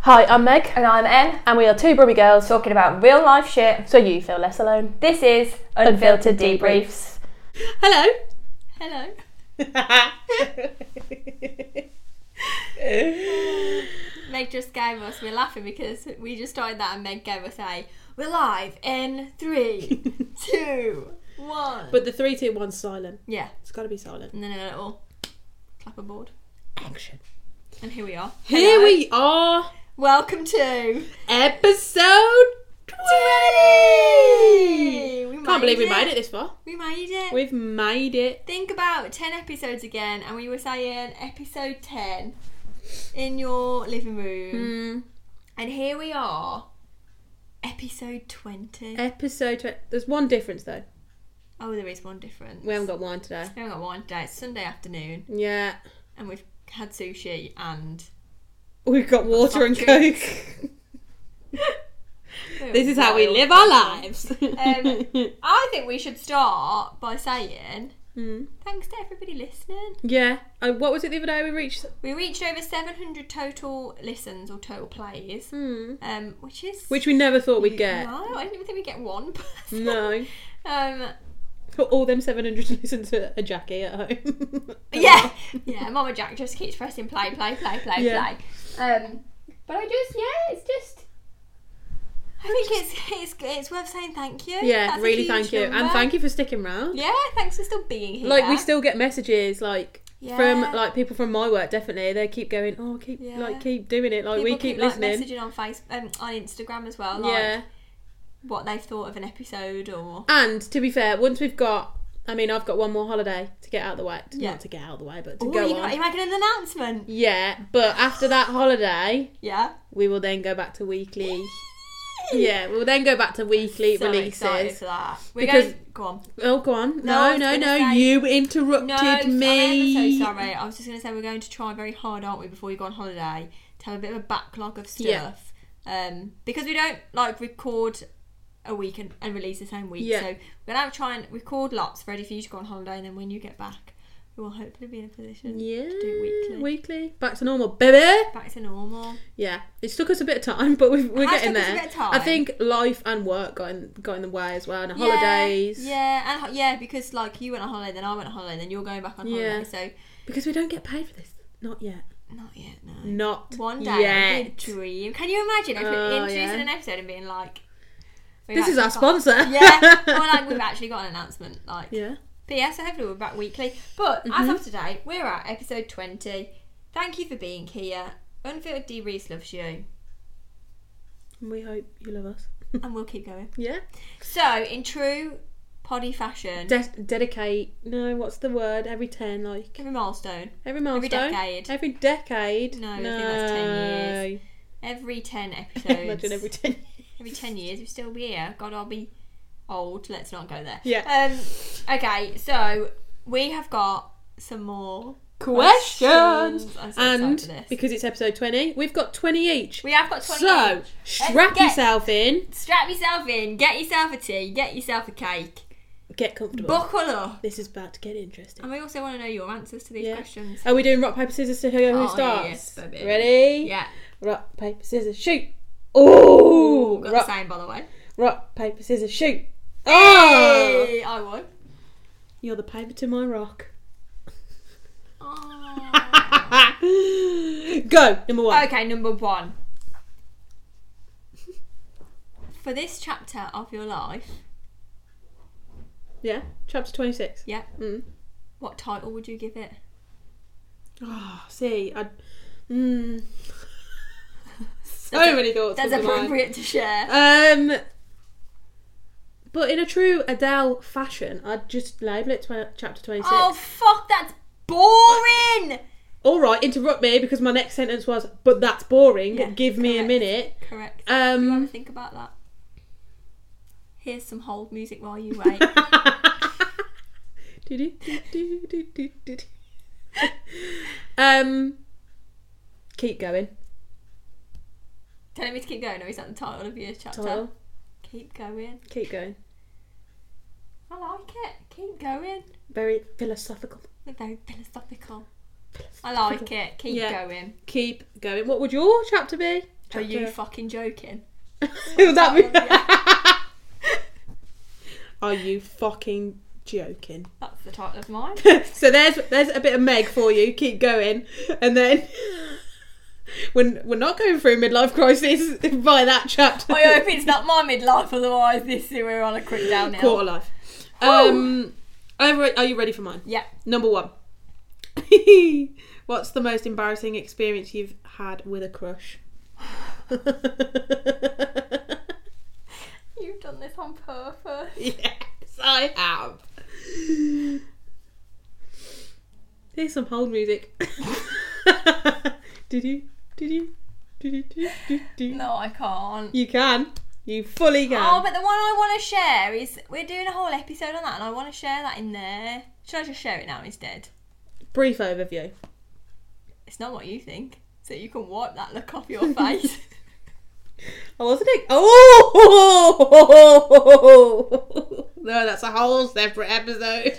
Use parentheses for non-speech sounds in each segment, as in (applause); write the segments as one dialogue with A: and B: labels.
A: Hi, I'm Meg,
B: And I'm Em,
A: and we are two Brummy girls,
B: talking about real life shit.
A: so you feel less alone.
B: This is Unfiltered Debriefs.
C: Hello.
B: Hello.
D: (laughs)
C: Meg just gave us, we're laughing because we just started that and Meg gave us a, we're live in three,
D: (laughs)
C: two, one.
D: But the three, two, one's silent.
C: yeah,
D: It's got to be silent.
C: and then a little clapperboard.
D: Action.
C: And here we are.
D: Here
C: Hello.
D: we Hmm. are,
C: Welcome to.
D: episode twenty.
C: We
D: Can't believe we made it this far.
C: We made it.
D: We've made it.
C: Think about 10 episodes again, and we were saying episode 10 in your living room.
D: Mm.
C: And here we are, episode 20.
D: Episode twenty. There's one difference though.
C: Oh, there is one difference.
D: We haven't got wine today.
C: We haven't got one today. It's Sunday afternoon,
D: Yeah,
C: and we've had sushi and.
D: we've got water and
C: Soft
D: (laughs) coke. this is how we live our lives. (laughs)
C: Um, I think we should start by saying
D: Mm.
C: thanks to everybody listening.
D: Yeah. Uh, what was it the other day we reached?
C: We reached over 700 total listens or total plays,
D: Mm.
C: um, which is.
D: Which we never thought we'd get.
C: No, I didn't even think we'd get one person.
D: No.
C: Um,
D: All them 700 listen to a Jackie at home.
C: (laughs) yeah, yeah. Mama Jack just keeps pressing play, play, play, play,
D: Yeah.
C: play. Um, but I just, yeah, it's just. I think it's it's it's worth saying thank you.
D: (laughs) Yeah,
C: That's a
D: really
C: huge
D: thank you.
C: number.
D: And thank you for sticking around.
C: Yeah, thanks for still being here.
D: Like, we still get messages, like,
C: Yeah.
D: from, like, people from my work, definitely. They keep going, oh, keep,
C: Yeah.
D: like, keep doing it. Like,
C: People
D: we keep, listening.
C: Like, messaging on Facebook, um, on Instagram as well. Like,
D: yeah.
C: What they've thought of an episode or.
D: And, to be fair, once we've got, I mean, I've got one more holiday to get out of the way.
C: Yeah.
D: Not to get out of the way, but to
C: Oh,
D: go
C: you
D: on.
C: got- you making an announcement?
D: Yeah, but after that holiday,
C: Yeah.
D: we will then go back to weekly. yeah, we'll then go back to weekly
C: So
D: releases.
C: excited for that. We're
D: Because-
C: going. Go on.
D: Oh, go on.
C: No, I
D: No,
C: was
D: no,
C: gonna
D: no.
C: say-
D: you interrupted
C: No, I'm
D: me.
C: ever so sorry. I was just going to say we're going to try very hard, aren't we, before we go on holiday, to have a bit of a backlog of
D: Yeah.
C: stuff. Um, because we don't like record a week and, and release the same week.
D: Yeah.
C: So we're going to try and record lots ready for you to go on holiday, and then when you get back, we will hopefully be in a position
D: Yeah.
C: to do it weekly.
D: Weekly. Back to normal, baby.
C: Back to normal.
D: Yeah. It took us a bit of time, (laughs) but we've, we're
C: It has
D: getting
C: took us a
D: there.
C: bit of time.
D: I think life and work got in, got in the way as well, and holidays.
C: Yeah, yeah, and ho- yeah, because like you went on holiday, then I went on holiday, then you're going back on holiday.
D: Yeah.
C: So
D: Because we don't get paid for this. Not yet.
C: not yet, no.
D: Not
C: One day, I did
D: yet.
C: dream. Can you imagine if
D: Oh,
C: introducing
D: yeah.
C: an episode and being like, we've
D: This is our
C: actually got-
D: sponsor.
C: yeah,
D: (laughs)
C: or like we've actually got an announcement. Like,
D: yeah. Mm-hmm.
C: but yeah, so hopefully we're back weekly. But as of today, we're at episode twenty. Thank you for being here. Unfiltered D Reese loves you,
D: And we hope you love us. (laughs)
C: and we'll keep going.
D: Yeah.
C: So, in true poddy fashion,
D: De- dedicate. No, what's the word? Every 10, like.
C: every milestone,
D: Every milestone.
C: decade.
D: Every decade.
C: No, I think that's 10
D: years.
C: every ten episodes,
D: (laughs) Imagine every 10 years.
C: every 10 years we'll still be here god i'll be old let's not go there
D: Yeah.
C: um okay so we have got some more
D: questions.
C: questions. I'm so excited for
D: And
C: this.
D: because it's episode 20, we've got 20 each.
C: we have got 20
D: so,
C: each.
D: strap
C: get-
D: yourself in,
C: strap yourself in get yourself a tea get yourself a cake
D: get comfortable.
C: buckle up
D: this is about to get interesting.
C: and we also want to know your answers to these
D: Yeah.
C: questions
D: Are we doing rock, paper, scissors to who, who
C: Oh, yes,
D: starts?
C: baby.
D: Ready?
C: yeah
D: Rock, paper, scissors, shoot. Oh,
C: got the
D: rock,
C: same by the way
D: rock, paper, scissors, shoot. Oh,
C: Hey, i
D: (laughs)
C: won
D: you're the paper to my
C: (laughs)
D: rock.
C: oh.
D: Go, number one.
C: Okay, number one. For this chapter of your life,
D: Yeah, chapter 26.
C: yeah,
D: Mm.
C: what title would you give it?
D: Oh, see, I. Mm. (laughs) so
C: That's a-
D: many thoughts.
C: That's
D: on the mind.
C: appropriate to share.
D: Um, but in a true Adele fashion, I'd just label it tw- chapter 26.
C: Oh fuck, that's boring.
D: All right, interrupt me because my next sentence was, but that's boring.
C: Yeah,
D: Give me
C: correct.
D: a minute.
C: Correct. you want
D: Um,
C: to think about that? Here's some hold music while you
D: (laughs)
C: wait.
D: Do-do-do-do-do-do-do. um, keep going.
C: Telling me to keep going, or is that the title of your chapter?
D: Title.
C: Keep going.
D: Keep going.
C: I like it. Keep going.
D: Very philosophical.
C: They're very philosophical. I like it. Keep
D: Yeah.
C: going.
D: Keep going. What would your chapter be?
C: Are you (laughs)
D: (laughs) Chapter-
C: fucking joking?
D: Would that be-
C: Yeah,
D: (laughs) Are you fucking joking? (laughs)
C: that's the title of mine.
D: so there's there's a bit of Meg for you. Keep going, and then (laughs) when we're not going through midlife crisis (laughs) by that chapter.
C: I hope it's not my midlife, otherwise this year we're on a quick downhill.
D: Quarter life. Um, are you re- are you ready for mine?
C: Yeah.
D: Number one. (laughs) What's the most embarrassing experience you've had with a crush?
C: You've done this on purpose. (laughs)
D: yes, I have. Here's some hold music. (laughs) did you? Did you? Did you? Did you? Did you?
C: No, I can't.
D: You can. You fully can.
C: Oh, but the one I want to share is we're doing a whole episode on that, and I want to share that in there. Should I just share it now instead?
D: Brief overview.
C: It's not what you think, so you can wipe that look off your face.
D: I wasn't it. Oh! (laughs) No, that's a whole
C: (laughs)
D: separate episode.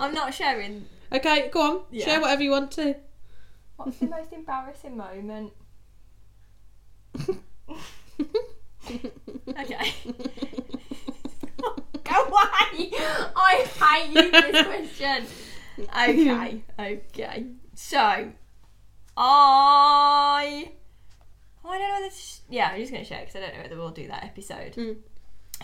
C: I'm not sharing.
D: Okay, go on.
C: Yeah.
D: Share whatever you want to. (laughs)
C: What's the most embarrassing moment? (laughs)
D: (laughs)
C: Okay. (laughs) Go away! I hate you for this question. Okay, okay. So, I. Oh, I don't know whether. Sh- yeah, I'm just going to share because I don't know whether we'll do that episode.
D: Mm.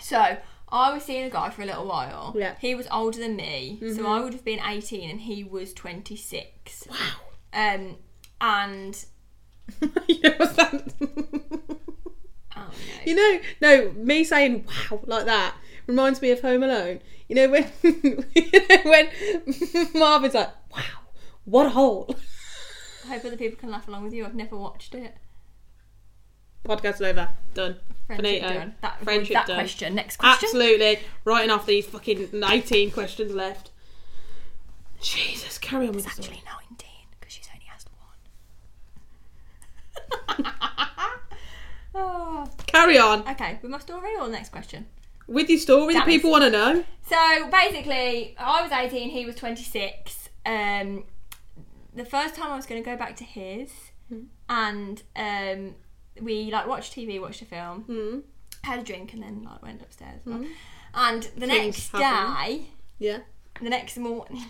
C: So, I was seeing a guy for a little while.
D: Yeah. Mm-hmm.
C: He was older than me, so I would have been 18 and he was 26. Wow. Um, and.
D: (laughs) you know what's that? (laughs)
C: Oh, no.
D: you know, no, me saying wow like that reminds me of Home Alone. You know when, (laughs) you know when (laughs) Marvin's like, wow, what a hole. (laughs)
C: I hope other people can laugh along with you. I've never watched it.
D: Podcast over. Done.
C: Friendship
D: Finito.
C: done. That,
D: Friendship
C: that
D: done.
C: question. Next question.
D: Absolutely. Writing off these fucking 19 questions left. Jesus, carry on with the
C: It's
D: story.
C: actually 19 because she's only asked one.
D: (laughs)
C: oh,
D: Carry on.
C: okay, with my story or the next question?
D: With your story,
C: That
D: the people want to know.
C: So basically, I was 18, he was 26. Um, the first time I was going to go back to his,
D: Hmm.
C: and um, we like watched TV, watched a film,
D: Mm.
C: had a drink, and then like went upstairs. And the next
D: Hmm. happen.
C: day,
D: Yeah.
C: the next morning,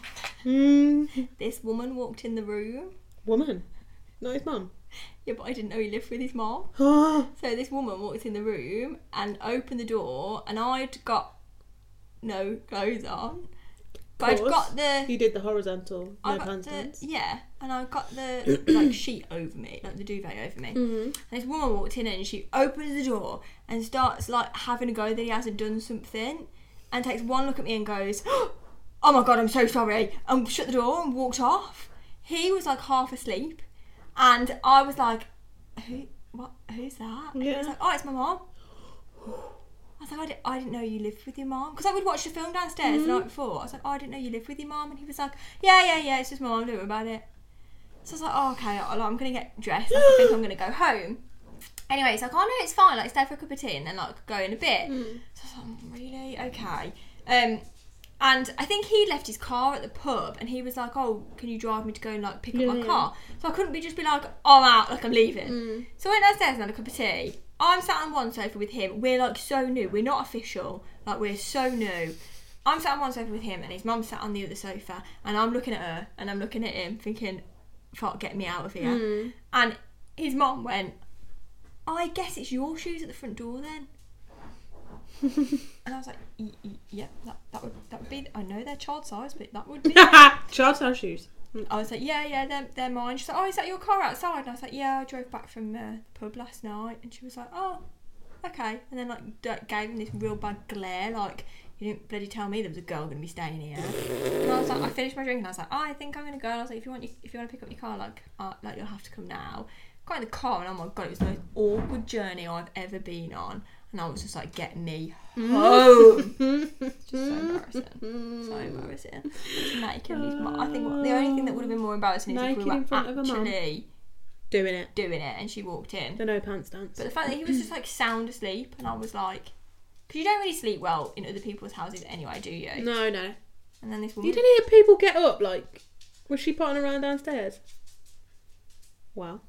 D: Mm.
C: (laughs) this woman walked in the room.
D: Woman. Not his
C: (laughs)
D: mum. (gasps)
C: Yeah, but I didn't know he lived with his mom.
D: Oh,
C: So this woman walked in the room and opened the door, and I'd got no clothes on, but I'd
D: course.
C: got the
D: you did the horizontal,
C: I
D: no
C: got
D: pants
C: Oh, the
D: dance.
C: yeah, and I got the like sheet over me, like the duvet over me. And this woman walked in and she opens the door and starts like having a go that he hasn't done something, and takes one look at me and goes, (gasps) "Oh my god, I'm so sorry," and shut the door and walked off. He was like half asleep, and I was like, "Who? What? Who's that?" And he
D: Yeah.
C: was like, "Oh, it's my mom." I was like, I, di- I didn't know you lived with your mum. Because I would watch the film downstairs the night before. I was like, oh, I didn't know you lived with your mum. And he was like, yeah, yeah, yeah, it's just my mum, don't worry about it. So I was like, oh, okay, I- I'm going to get dressed. Like, I think I'm going to go home. Anyway, it's like, oh, no, it's fine. Like, stay for a cup of tea and then, like, go in a bit.
D: Mm.
C: So I was like, "Mm, really? Okay. Um, and I think he left his car at the pub and he was like, oh, can you drive me to go and, like, pick up my car? So I couldn't be just be like, oh, I'm out, like, I'm leaving. So I went downstairs and had a cup of tea. I'm sat on one sofa with him. We're like so new. We're not official. Like we're so new. I'm sat on one sofa with him and his mum sat on the other sofa and I'm looking at her and I'm looking at him thinking, fuck, get me out of here.
D: Mm. (laughs)
C: And his mum went, I guess it's your shoes at the front door then. and I was like, "Y- y- yeah, that, that would that would be. I know they're child size, but that would be.
D: Child size shoes.
C: I was like, yeah, yeah, they're, they're mine. She's like, oh, is that your car outside? And I was like, yeah, I drove back from uh, the pub last night. And she was like, oh, okay. And then like d- gave him this real bad glare, like you didn't bloody tell me there was a girl gonna be staying here. And I was like, I finished my drink and I was like, "Oh, I think I'm gonna go. And I was like, if you want, you, if you want to pick up your car, like, uh, like you'll have to come now. Got in the car and oh my god, it was the most awkward journey I've ever been on. And I was just like, get me
D: Mm. Oh. (laughs)
C: home. It's Mm. (laughs) just Mm. so embarrassing. So
D: Mm.
C: embarrassing. Just naked in his mum. I think what, the only thing that would have been more embarrassing is if we
D: Naked
C: were
D: in front of a mum.
C: actually
D: Doing it.
C: doing it and she walked in.
D: The no pants dance.
C: But the fact that he was just like sound asleep, and I was like, because you don't really sleep well in other people's houses anyway, do you?
D: No, no.
C: And then this
D: You
C: woman,
D: didn't hear people get up, like, was she potting around downstairs? Wow.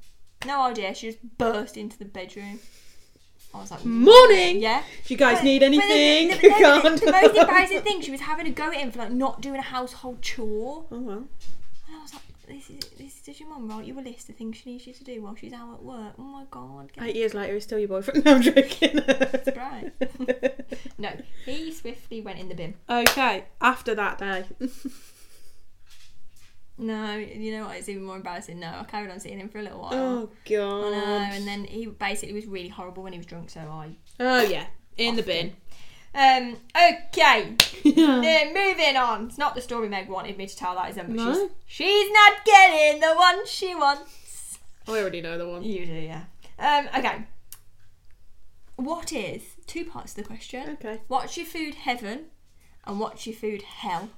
C: No idea. She just burst into the bedroom. I was like,
D: Morning!
C: yeah.
D: Do you guys
C: But-
D: need
C: but the-
D: anything? (laughs)
C: The, the- no,
D: Can't-
C: the- the most embarrassing thing, she was having a go at him for like not doing a household chore.
D: (laughs) Oh well.
C: And I was like, this is this does your mum write you a list of things she needs you to do while she's out at work? Oh my god. get
D: Eight years later, he's still your boyfriend. No, I'm joking. (laughs)
C: right. no, he swiftly went in the bin.
D: okay, after that day.
C: Oh. No, you know what? It's even more embarrassing. No, I carried on seeing him for a little while.
D: oh
C: I
D: god.
C: know, and then he basically was really horrible when he was drunk, so I.
D: oh yeah, in the bin.
C: Um. Okay.
D: (laughs) Yeah.
C: then moving on. It's not the story Meg wanted me to tell. That is them.
D: No?
C: She's, she's not getting the one she wants.
D: I already know the one.
C: You do, yeah. Um. Okay. What is two parts of the question?
D: Okay.
C: What's your food heaven, and what's your food hell?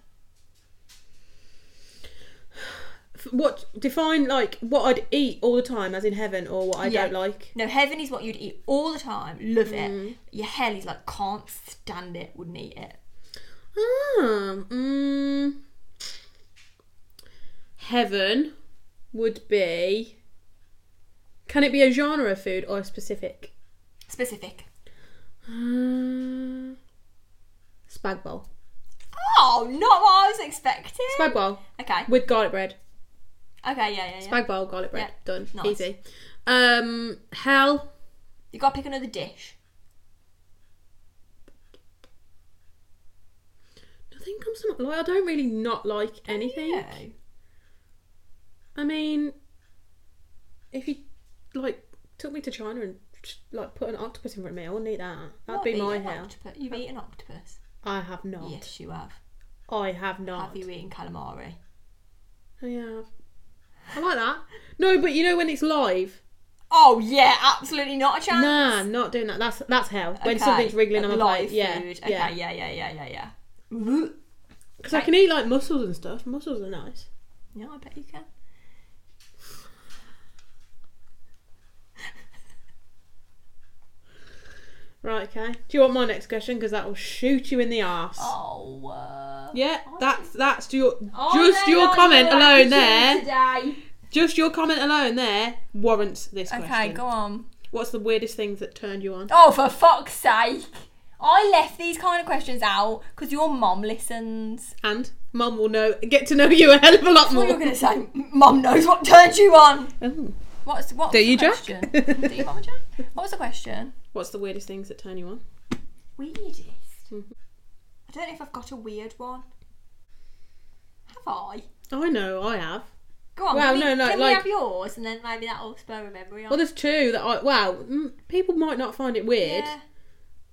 D: F- What define like what I'd eat all the time, as in heaven, or what I
C: Yeah.
D: don't like?
C: No, heaven is what you'd eat all the time, love
D: Mm.
C: it. Your hell is like can't stand it, wouldn't eat it.
D: Um, mm, heaven would be. Can it be a genre of food or a specific?
C: Specific.
D: Uh, spag bowl.
C: Oh, not what I was expecting.
D: Spag bowl
C: okay.
D: with garlic bread.
C: Okay. Yeah. Yeah. yeah.
D: Spag bowl, garlic bread.
C: Yeah.
D: Done.
C: Nice.
D: Easy. Um, hell.
C: You gotta pick another dish.
D: Nothing comes to mind. Like I don't really not like anything.
C: Yeah.
D: I mean, if you like took me to China and like put an octopus in front of me, I wouldn't eat that. That'd
C: What,
D: be
C: eat
D: my
C: an
D: hell.
C: octopus? You've eaten octopus.
D: I have not.
C: Yes, you have.
D: I have not. Oh,
C: Have you eaten calamari?
D: Yeah. I like that. No, but you know when it's live.
C: Oh yeah, absolutely not a chance.
D: Nah, not doing that. That's that's hell. When
C: Okay,
D: something's wriggling on my
C: live
D: plate. Yeah,
C: food. Okay,
D: yeah.
C: yeah, yeah, yeah, yeah, yeah. Ooh.
D: Because I can eat like mussels and stuff. Mussels are nice.
C: No, I bet you can.
D: Right. Okay. Do you want my next question? Because that will shoot you in the arse.
C: Oh. Uh, Oh,
D: Yeah, that's that's your
C: I
D: just
C: may
D: your
C: not
D: comment
C: know what
D: alone
C: to do (laughs)
D: there.
C: Today.
D: Just your comment alone there warrants this question.
C: Okay, go on.
D: What's the weirdest things that turned you on?
C: Oh, for fuck's sake! I left these kind of questions out because your mom listens.
D: And mum will know get to know you a hell of a lot
C: What
D: more.
C: you're (laughs) gonna say? Mom knows what turns you on.
D: Oh.
C: What's what?
D: Do
C: was
D: you,
C: the
D: Jack?
C: question? Do you, Mama Jack? What was the question?
D: What's the weirdest things that turn you on?
C: Weirdest.
D: Mm-hmm.
C: I don't know if I've got a weird one. Have I?
D: I know I have.
C: Go on.
D: Well,
C: can we,
D: no, no,
C: Can we
D: like-
C: have yours and then maybe that'll spur a memory on.
D: Well, there's two that I wow. mm, People might not find it weird,
C: Yeah.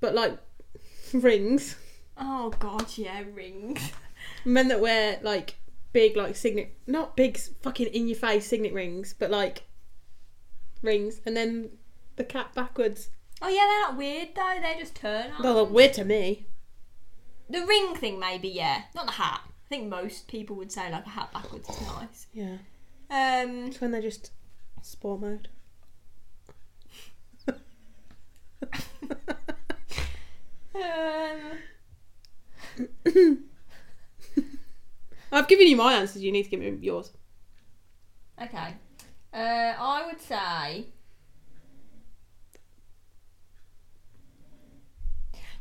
D: but like (laughs) rings,
C: Oh God, yeah, rings. (laughs)
D: men that wear like big like signet, not big s- fucking in your face signet rings, but like rings, and then the cap backwards.
C: Oh yeah, they're not weird though. They just turn on.
D: They look weird to me.
C: The ring thing, maybe, yeah. Not the hat. I think most people would say like a hat backwards is nice.
D: Yeah,
C: Um,
D: it's when they're just sport mode.
C: um,
D: I've given you my answers. You need to give me yours.
C: okay. Uh, I would say.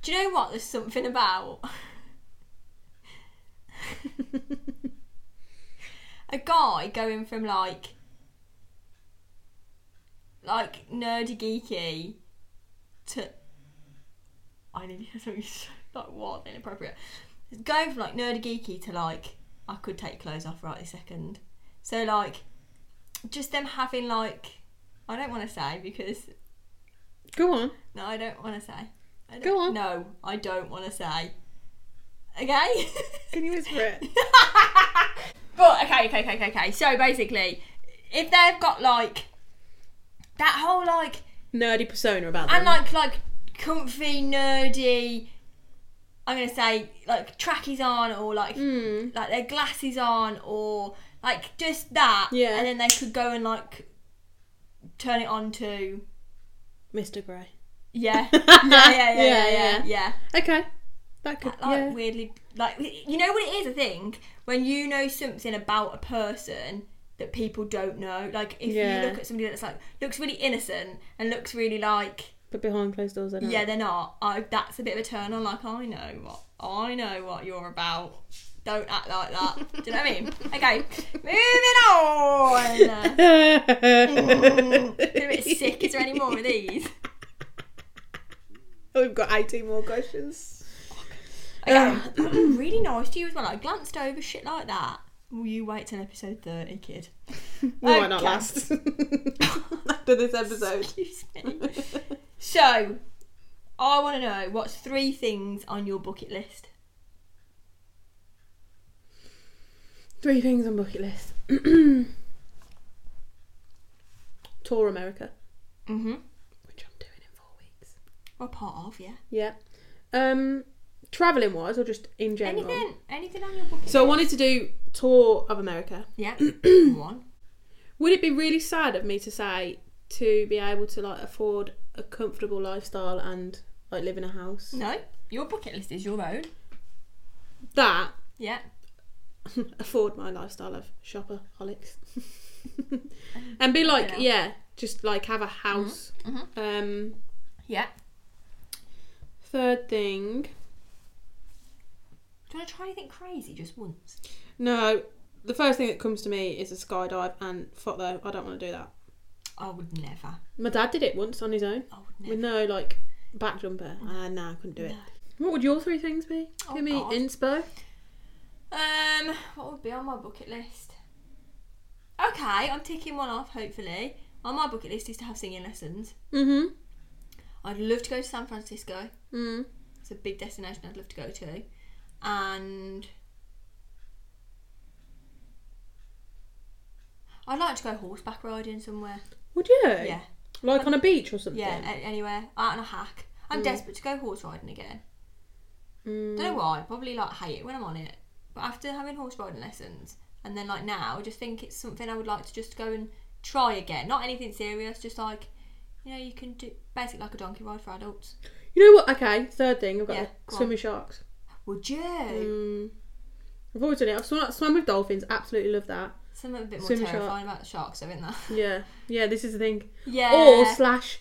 C: Do you know what? There's something about (laughs) a guy going from like, like nerdy geeky to. I nearly said something (laughs) so- like what inappropriate. Going from like nerdy geeky to like I could take clothes off right this second. So like, just them having like I don't want to say because
D: Go on.
C: no, I don't want to say. I
D: Go
C: don't-
D: on.
C: No, I don't want to say. Okay.
D: Can you whisper it?
C: (laughs) But okay, okay, okay, okay, okay. So basically, if they've got like that whole like
D: Nerdy persona about them.
C: and like like comfy nerdy, I'm gonna say like trackies on or like
D: Mm.
C: like their glasses on or like just that.
D: Yeah.
C: And then they could go and like turn it on to
D: Mr. (laughs) Grey.
C: yeah yeah yeah yeah yeah yeah.
D: Yeah,
C: yeah,
D: yeah.
C: yeah.
D: Okay, that could
C: Like
D: yeah.
C: weirdly, like you know what it is. I think when you know something about a person that people don't know. Like if you
D: Yeah.
C: look at somebody that's like looks really innocent and looks really like
D: But behind closed doors, I don't. (laughs)
C: yeah they're not. I, that's a bit of a turn on. Like I know what I know what you're about. Don't act like that. Do you know what I mean?
D: (laughs)
C: Okay, moving on. They're a bit sick. Is there any more of these?
D: (laughs) We've got 18 more questions.
C: Okay. (clears throat)
D: Um,
C: really nice to you as well. I glanced over shit like that. Will you wait till episode 30, kid?
D: Why not
C: Okay. (laughs)
D: last? After this episode.
C: Excuse me.
D: (laughs)
C: so, I want to know what's three things on your bucket list?
D: Three things on bucket list.
C: (clears throat)
D: Tour America,
C: Mm
D: Mm-hmm.
C: hmm.
D: which I'm doing in four weeks.
C: Well, part of, yeah.
D: Yeah. Um, traveling wise, or just in general.
C: Anything? Anything on your bucket
D: So I wanted to do tour of America. (clears throat)
C: list? Yeah. One.
D: Would it be really sad of me to say to be able to like afford a comfortable lifestyle and like live in a house?
C: No. Your bucket list is your own.
D: That (laughs)
C: Yeah.
D: afford my lifestyle of shopper holics (laughs) and be like
C: Yeah. Mm-hmm.
D: yeah just like have a house um
C: Yeah.
D: third thing
C: Do you want to try anything crazy just once?
D: no the first thing that comes to me is a skydive and fuck though i don't want to do that
C: I would never.
D: my dad did it once on his own
C: I would never.
D: with no like back jumper ah nah, i couldn't do it what would your three things be
C: Mm. Oh,
D: give me
C: God.
D: inspo
C: Um, what would be on my bucket list? Okay, I'm ticking one off. Hopefully, on my bucket list is to have singing lessons.
D: mm-hmm
C: I'd love to go to San Francisco.
D: mm.
C: It's a big destination I'd love to go to, and I'd like to go horseback riding somewhere.
D: would you
C: Yeah,
D: like on a beach or something
C: yeah, a- anywhere out on a hack. I'm desperate to go horse riding again.
D: Mm.
C: Don't know why. Probably like hate it when I'm on it. But after having horse riding lessons and then like now, I just think it's something I would like to just go and try again. Not anything serious, just like you know, you can do basically like a donkey ride for adults.
D: you know what okay third thing i've got
C: Yeah,
D: there.
C: go on.
D: swim with sharks
C: Would you?
D: Mm. I've always done it. I've swum, swam with dolphins. Absolutely love that.
C: Something a bit more
D: swim shark.
C: terrifying about sharks, though, isn't
D: (laughs)
C: there?
D: Yeah, yeah. This is the thing.
C: Yeah.
D: Or slash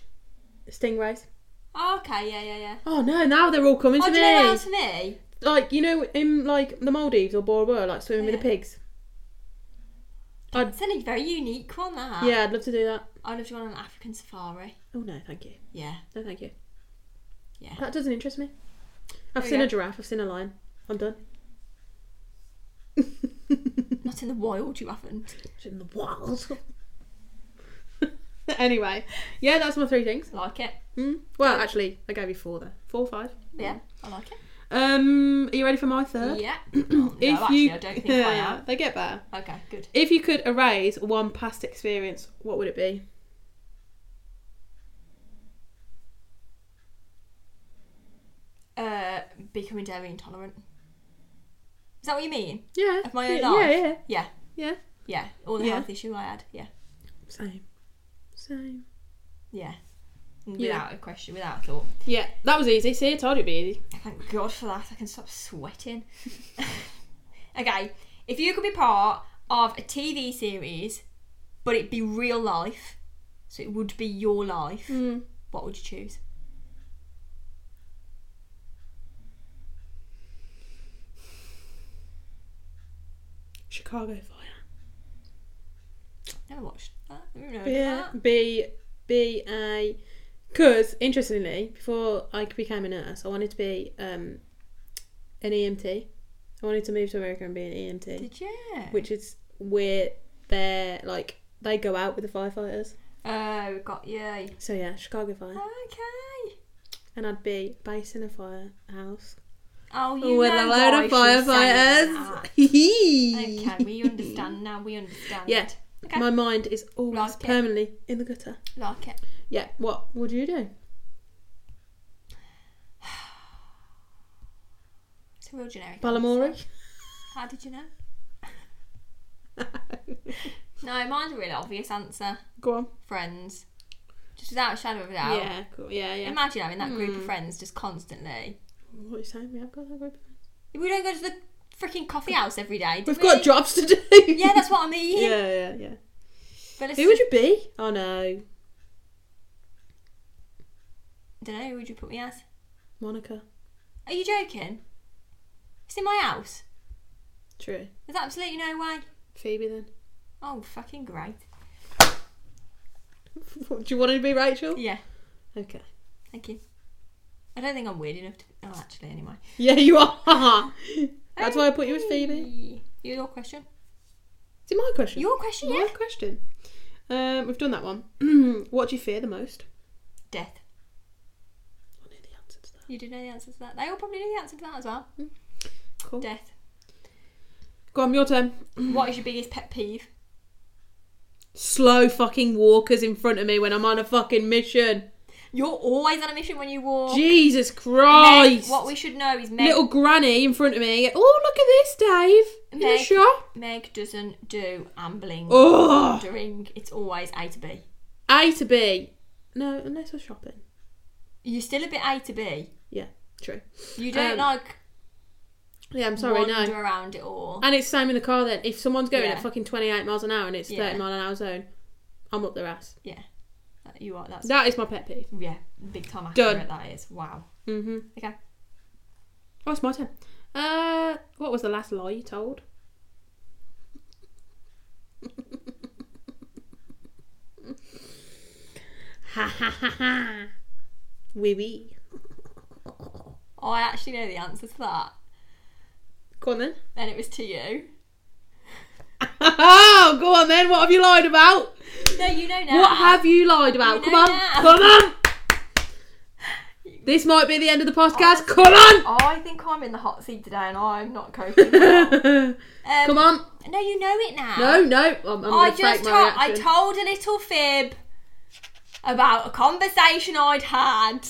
D: stingrays.
C: Oh, okay. Yeah, yeah, yeah.
D: Oh no! Now they're all coming
C: Oh,
D: to
C: do you know what
D: me.
C: else for me?
D: Like you know, in like the Maldives or Bora Bora, like swimming with
C: Yeah.
D: the pigs. I'd,
C: It's a very unique one. That.
D: yeah, I'd love to do that.
C: I'd have to go on an African safari.
D: Oh no, thank you.
C: Yeah.
D: No, thank you.
C: Yeah.
D: That doesn't interest me. I've
C: There we
D: seen
C: go.
D: a giraffe. I've seen a lion. I'm done.
C: Not in the wild, you haven't.
D: It's in the wild. (laughs) anyway, yeah, that's my three things.
C: Like it.
D: Mm. Well, actually, I gave you four there. Four, five.
C: Yeah. I like it.
D: Um, are you ready for my third? (clears throat)
C: Yeah. Oh, no, actually, I don't think
D: (laughs)
C: I am.
D: They get better.
C: Okay, good.
D: If you could erase one past experience, what would it be?
C: Uh, becoming dairy intolerant. Is that what you mean?
D: Yeah.
C: Of my own
D: yeah,
C: life?
D: Yeah, yeah.
C: Yeah,
D: Yeah.
C: yeah. All the
D: Yeah.
C: health issue I had. Yeah,
D: Same. Same.
C: yeah. Without
D: Yeah.
C: a question, without a thought.
D: Yeah, that was easy. See, I told you it'd be easy.
C: Thank God for that. I can stop sweating. (laughs) okay, if you could be part of a TV series, but it'd be real life, so it would be your life,
D: Mm. Hmm.
C: what would you choose?
D: Chicago Fire.
C: Never watched that. Never heard of
D: Yeah.
C: that.
D: B B A. Because interestingly, before I became a nurse, I wanted to be um, an EMT. I wanted to move to America and be an EMT,
C: Did you?
D: which is where they're like they go out with the firefighters.
C: Oh, got you.
D: So yeah, Chicago Fire.
C: Okay.
D: and I'd be based in a firehouse
C: Oh, you
D: with
C: know
D: a load
C: why she's saying
D: of firefighters. (laughs)
C: that. Okay, we understand now. We understand.
D: Yeah,
C: Okay.
D: my mind is always
C: Like it.
D: permanently in the gutter.
C: Like it.
D: Yeah, what would you do?
C: It's a real generic. (laughs)
D: Balamori?
C: answer. How did you know? No, mine's a real obvious answer.
D: Go on.
C: Friends. Just without a shadow of a doubt.
D: Yeah, cool. yeah, Hmm. yeah.
C: Imagine having that group of friends just constantly.
D: What are you saying? We have got that group.
C: If we don't go to the freaking coffee house every day. do
D: We've
C: we?
D: got jobs to do.
C: Yeah, that's what I mean.
D: Yeah, yeah, yeah.
C: But it's,
D: Who would you be? Oh no,
C: I don't know. Who would you put me as?
D: Monica.
C: Are you joking? It's in my house.
D: True.
C: There's absolutely no way.
D: Phoebe (laughs) then.
C: Oh, fucking great.
D: Do you want to be Rachel?
C: Yeah.
D: Okay.
C: Thank you. I don't think I'm weird enough to. Oh, actually, anyway.
D: Yeah, you are. (laughs) That's why I put you as Phoebe.
C: Your question.
D: Is it my question?
C: Your question,
D: my
C: yeah.
D: question. Um, we've done
C: (clears throat)
D: that one. what do you fear the most?
C: Death.
D: I know the answer to that.
C: You do know the answer to that. They all probably know the answer to that as well.
D: Mm. Cool.
C: Death.
D: Go on, your turn.
C: what is your biggest pet peeve?
D: Slow fucking walkers in front of me when I'm on a fucking mission.
C: You're always on a mission when you walk.
D: Jesus
C: Meg,
D: Christ!
C: what we should know is Meg.
D: Little granny in front of me. Oh, look at this, Dave. In
C: Meg.
D: the shop.
C: Meg doesn't do ambling.
D: Oh,
C: Wandering. It's always A to B.
D: A to B. No, unless we're shopping.
C: You're still a bit A to B.
D: Yeah, true.
C: You don't
D: Um,
C: like
D: Yeah, I'm sorry,
C: wander
D: no.
C: around it all.
D: And it's the same in the car then. If someone's going
C: Yeah.
D: at fucking 28 miles an hour and it's
C: Yeah.
D: 30 mile an hour zone, I'm up their ass.
C: Uh, You are. That's
D: That is my pet peeve.
C: yeah. Big time
D: Done.
C: accurate that is. Wow.
D: Mm-hmm.
C: Okay.
D: Oh, it's my turn. Uh, what was the last lie you told? ha ha ha ha. Wee wee.
C: Oh, I actually know the answer to that.
D: Go on then.
C: Then it was to you.
D: Oh, (laughs) go on then. What have you lied about?
C: No, you know now.
D: What have you lied about?
C: You
D: Come
C: know
D: on.
C: now.
D: Come on. This might be the end of the podcast. Come on.
C: I think I'm in the hot seat today, and I'm not coping. well. (laughs)
D: (laughs) Come
C: Um,
D: on.
C: No, you know it now.
D: No, no. I'm, I'm
C: I
D: going to
C: just
D: fake
C: told.
D: my
C: I
D: reaction.
C: told a little fib about a conversation I'd (gasps) had.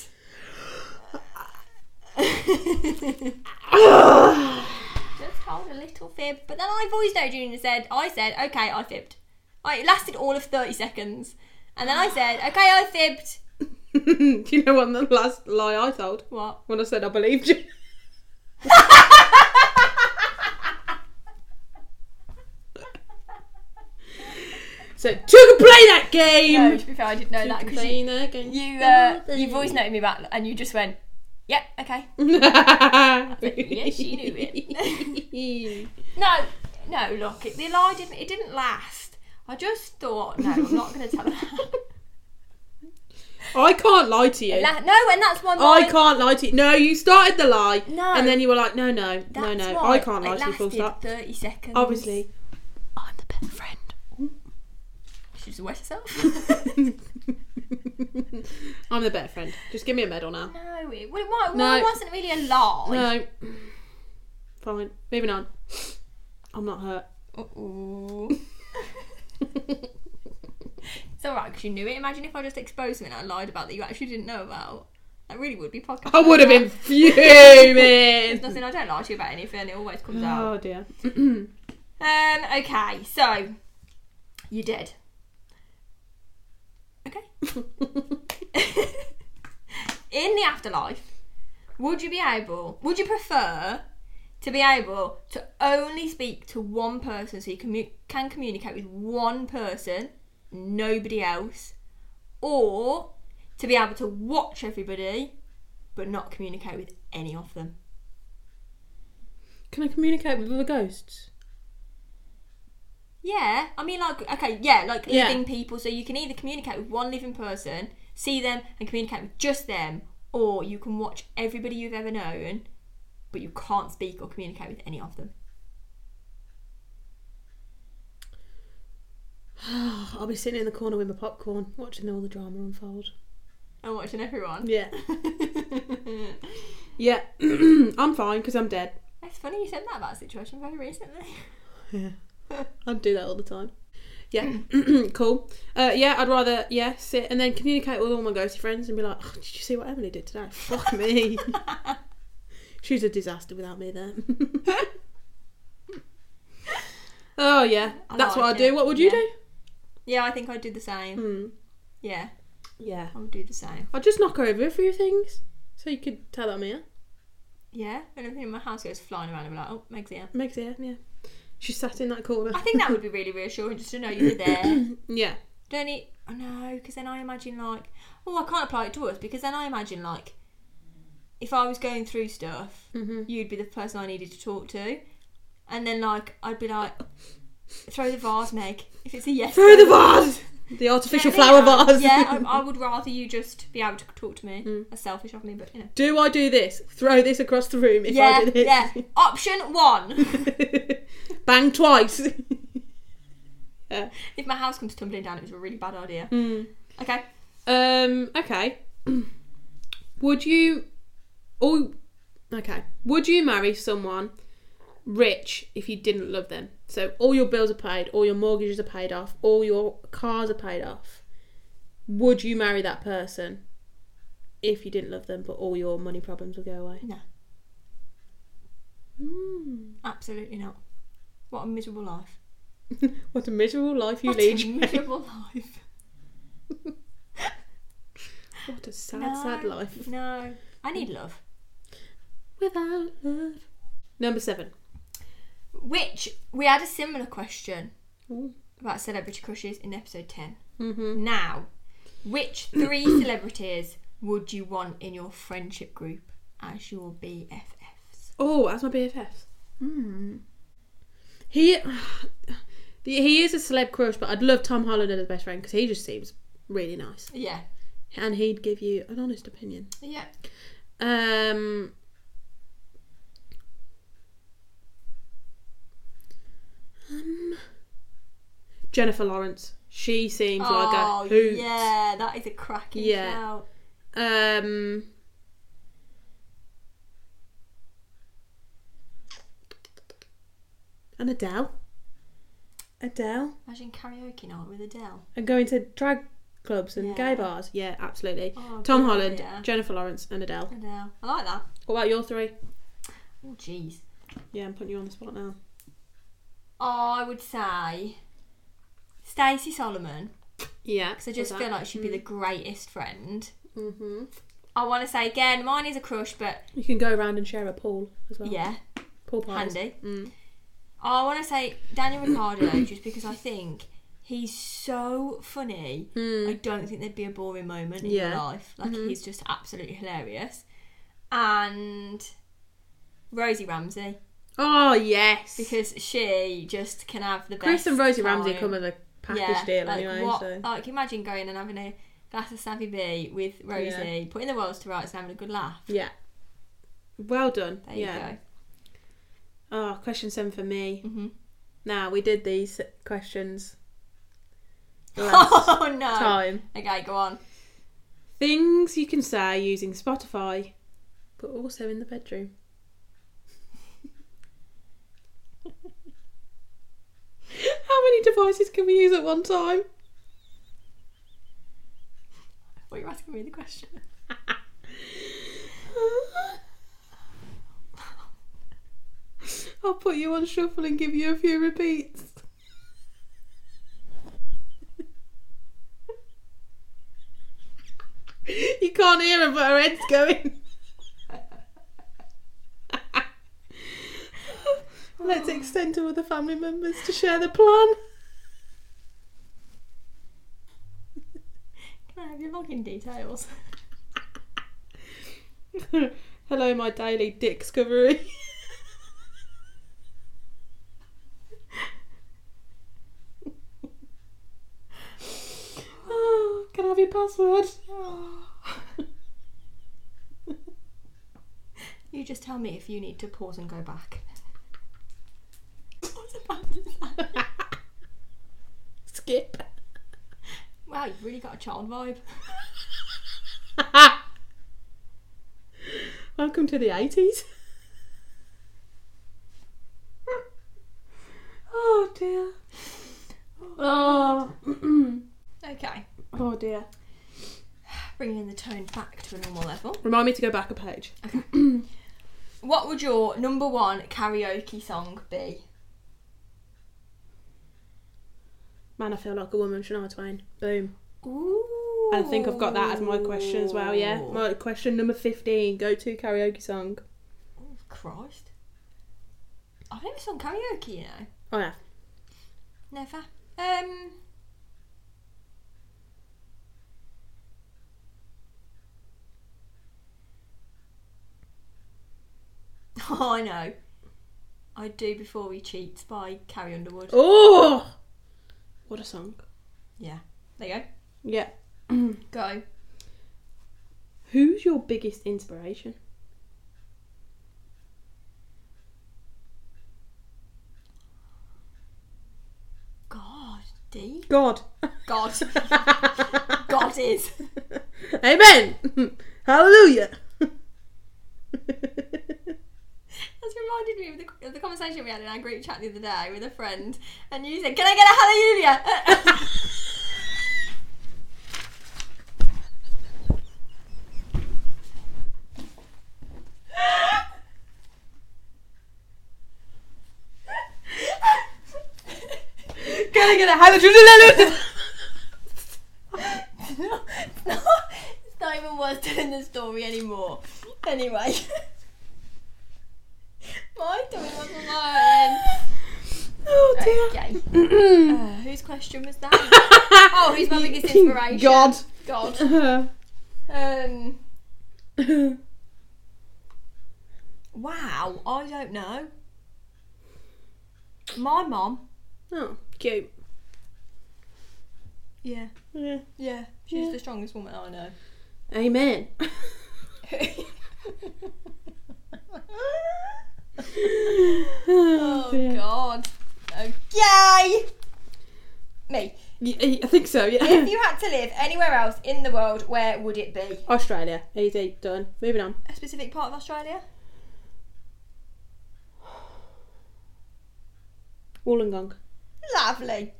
C: just told a little fib, but then I voice noted you and said, "I said, okay, I fibbed." I, it lasted all of thirty seconds, and (gasps) then I said, "Okay, I fibbed."
D: (laughs) Do you know what the last lie I told?
C: What?
D: When I said I believed you. (laughs) so to play that game.
C: No, to be fair, I didn't know
D: To
C: that because
D: play
C: you
D: that game.
C: you, uh, you voice noted me back, and you just went, "Yep, okay." (laughs) yeah, she knew
D: it.
C: No, no, look, it, the lie didn't. It didn't last. I just thought, no, I'm not going to tell
D: (laughs)
C: her.
D: I can't lie to you.
C: La- no, and that's my
D: I
C: mind.
D: can't lie to you. No, you started the lie,
C: No.
D: and then you were like, no, no, no,
C: That's
D: no,
C: why
D: I can't lie
C: it
D: to you. Full
C: lasted
D: stop.
C: Thirty seconds. (laughs)
D: Obviously. (laughs)
C: I'm the best friend. She just wet herself.
D: (laughs) I'm the better friend. Just give me a medal now.
C: no, it, well, it, wa- well,
D: No.
C: it wasn't really a lie.
D: No. Fine. Moving on. I'm not hurt.
C: Uh-oh. (laughs) it's alright because you knew it. Imagine if I just exposed something I lied about that you actually didn't know about. That really would be podcast.
D: I would have
C: (laughs)
D: been
C: There's
D: fuming.
C: nothing I don't lie to you about anything. It always comes out.
D: Oh dear.
C: Um, okay, so you did. Okay. (laughs)
D: Oh, (clears throat)
C: In the afterlife, would you be able, would you prefer to be able to only speak to one person so you commu- can communicate with one person, nobody else, or to be able to watch everybody but not communicate with any of them?
D: Can I communicate with other ghosts?
C: Yeah, I mean, like, okay, yeah, like
D: Yeah.
C: living people. So you can either communicate with one living person, see them, and communicate with just them, or you can watch everybody you've ever known, but you can't speak or communicate with any of them.
D: Oh, I'll be sitting in the corner with my popcorn, watching all the drama unfold.
C: I'm watching everyone.
D: Yeah.
C: (laughs)
D: Yeah. (clears throat) I'm fine because I'm dead.
C: It's funny you said that about a situation very recently.
D: (laughs) I do that all the time. Yeah, (clears throat) cool. Uh, yeah, I'd rather yeah sit and then communicate with all my ghosty friends and be like, oh, "Did you see what Emily did today? Fuck (laughs) me, she's a disaster without me." There. (laughs) oh yeah,
C: I
D: that's what I
C: like
D: do.
C: it,
D: What would you
C: yeah.
D: do?
C: Yeah, I think I'd do the same.
D: Hmm.
C: Yeah,
D: Yeah,
C: I would do the same.
D: I'd just knock over a few things so you could tell that I'm here.
C: Yeah, when everything in my house goes flying around, I'm like, oh, Meg's here.
D: Meg's here, yeah. She sat in that corner.
C: I think that would be really reassuring just to know you were there.
D: (coughs) Yeah.
C: Don't it? I know, because then I imagine like, oh, I can't apply it to us because then I imagine like, if I was going through stuff,
D: Mm-hmm.
C: you'd be the person I needed to talk to, and then like I'd be like, throw the vase, Meg. If it's a yes,
D: Throw the
C: no.
D: vase! The artificial
C: Do you know what
D: flower
C: I mean?
D: vase.
C: Yeah,
D: (laughs)
C: I, I would rather you just be able to talk to me.
D: Mm.
C: That's selfish of me, but you know.
D: Do I do this? Throw this across the room (laughs) if
C: yeah,
D: I do this.
C: yeah. Option one. (laughs)
D: (laughs) Bang twice.
C: if my house comes tumbling down, it was a really bad idea.
D: Hmm.
C: Okay.
D: Um. Okay. Would you? Oh. Okay. Would you marry someone rich if you didn't love them? So all your bills are paid, all your mortgages are paid off, all your cars are paid off. Would you marry that person if you didn't love them, but all your money problems will go away?
C: No.
D: Mm.
C: Absolutely not. What a miserable life.
D: (laughs) What a miserable life you
C: what
D: lead.
C: a
D: Jane.
C: miserable (laughs) life.
D: (laughs) What a sad,
C: No.
D: sad life.
C: No. I need love.
D: Without love. Number seven.
C: Which we had a similar question
D: Ooh.
C: about celebrity crushes in episode ten.
D: Mm-hmm.
C: Now, which
D: (coughs)
C: three celebrities would you want in your friendship group as your BFFs?
D: Oh, that's my BFFs. Hmm. He, (sighs) he is a celeb crush, but I'd love Tom Holland as a best friend because he just seems really nice,
C: Yeah.
D: and he'd give you an honest opinion.
C: Yeah.
D: Um. um, Jennifer Lawrence. She seems
C: Oh,
D: like a hoot.
C: yeah, that is a cracking
D: Yeah.
C: shout.
D: Um. And Adele. Adele.
C: Imagine karaoke night with Adele.
D: And going to drag clubs and
C: Yeah.
D: gay bars. Yeah, absolutely.
C: Oh,
D: Tom
C: good
D: Holland,
C: idea.
D: Jennifer Lawrence, and Adele.
C: Adele. I like that.
D: What about your three?
C: Oh, jeez.
D: Yeah, I'm putting you on the spot now.
C: Oh, I would say Stacey Solomon
D: Yeah.
C: because I just feel like she'd be the
D: mm.
C: greatest friend.
D: Mm-hmm.
C: I want to say again, mine is a crush, but
D: You can go around and share a pool as well.
C: yeah,
D: Pool parties.
C: handy.
D: Mm.
C: I want to say Daniel
D: (coughs)
C: Ricciardo just because I think he's so funny.
D: Mm.
C: I don't think there'd be a boring moment in your
D: Yeah. Mm-hmm.
C: life. Like he's just absolutely hilarious. And Rosie Ramsey
D: Oh yes.
C: because she just can have the
D: Chris
C: best.
D: and Rosie Ramsey
C: time.
D: come as a package deal
C: like,
D: anyway.
C: What,
D: So.
C: Like imagine going and having a glass of Savvy B with Rosie, putting the worlds to rights and having a good laugh.
D: Yeah. Well done.
C: There
D: yeah.
C: you
D: Oh, question seven for me.
C: go. hmm
D: Now we did these questions last
C: (laughs) Oh no.
D: time.
C: Okay, go on.
D: Things you can say using Spotify, but also in the bedroom.
C: (laughs)
D: How many devices can we use at one time?
C: Well, you're asking me the question.
D: (laughs) I'll put you on shuffle and give you a few repeats. you can't hear her, but her head's going. (laughs) Let's extend to other family members to share the plan.
C: Can I have your login (gasps) details?
D: (laughs) Hello, my daily discovery. oh, can I have your password?
C: You just tell me if you need to pause and go back. What's about to say?
D: Skip.
C: (laughs) Wow, you've really got a child vibe.
D: (laughs) Welcome to the 80s. (laughs) oh dear. Oh.
C: Okay,
D: (clears throat) oh dear.
C: bringing the tone back to a normal level.
D: Remind me to go back a page.
C: What would your number one karaoke song be?
D: Man, I feel like a woman, Shania Twain. Boom.
C: Ooh.
D: I think I've got that as my question as well, yeah. My question number 15 go to karaoke song.
C: Oh, Christ. I've never sung karaoke, you know.
D: Oh yeah.
C: Never. Um. (laughs) Oh, I know. I do before he cheats by Carrie Underwood.
D: Oh, what a song.
C: Yeah. There you
D: (clears throat) Yeah.
C: go. Go.
D: Who's your biggest inspiration?
C: God, D.
D: God. (laughs)
C: God. God is. (laughs)
D: Amen. (laughs) Hallelujah.
C: That's reminded me of the, of the conversation we had in our group chat the other day with a friend, and you said, "Can I get a hallelujah?" (laughs)
D: Can I get a hallelujah?
C: it's, not, it's not even worth telling the story anymore. Anyway. My doing was mine.
D: (laughs) oh dear.
C: Okay. (clears throat) Uh, whose question was that? oh, who's my biggest inspiration?
D: (laughs) God.
C: God.
D: Uh,
C: Um, wow, I don't know. My mom.
D: (laughs) oh, cute.
C: Yeah,
D: Yeah.
C: yeah. She's
D: Yeah.
C: the strongest woman I know.
D: Amen. (laughs)
C: oh, God. Okay. Me.
D: Y- I think so.
C: If
D: Yeah.
C: you had to live anywhere else in the world, where would it be?
D: (laughs) Australia. Easy. Done. Moving on.
C: A specific part of Australia?
D: Wollongong. (clears throat)
C: Lovely.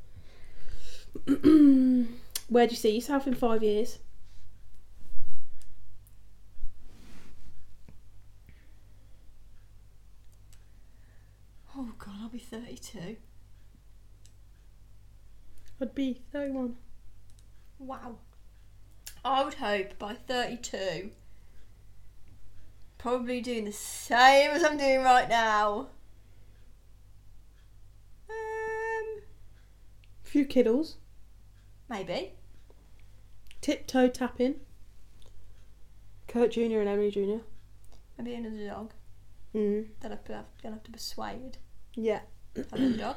D: Where do you see yourself in five years?
C: Oh God, I'll be thirty-two.
D: I'd be 31.
C: Wow. I would hope by 32, probably doing the same as I'm doing right now. Um,
D: Few kiddles.
C: maybe.
D: Tiptoe tapping. Kurt Jr. and Emily Jr.
C: Maybe another dog
D: Mm.
C: that I've got I'll have to persuade.
D: Yeah.
C: Another dog.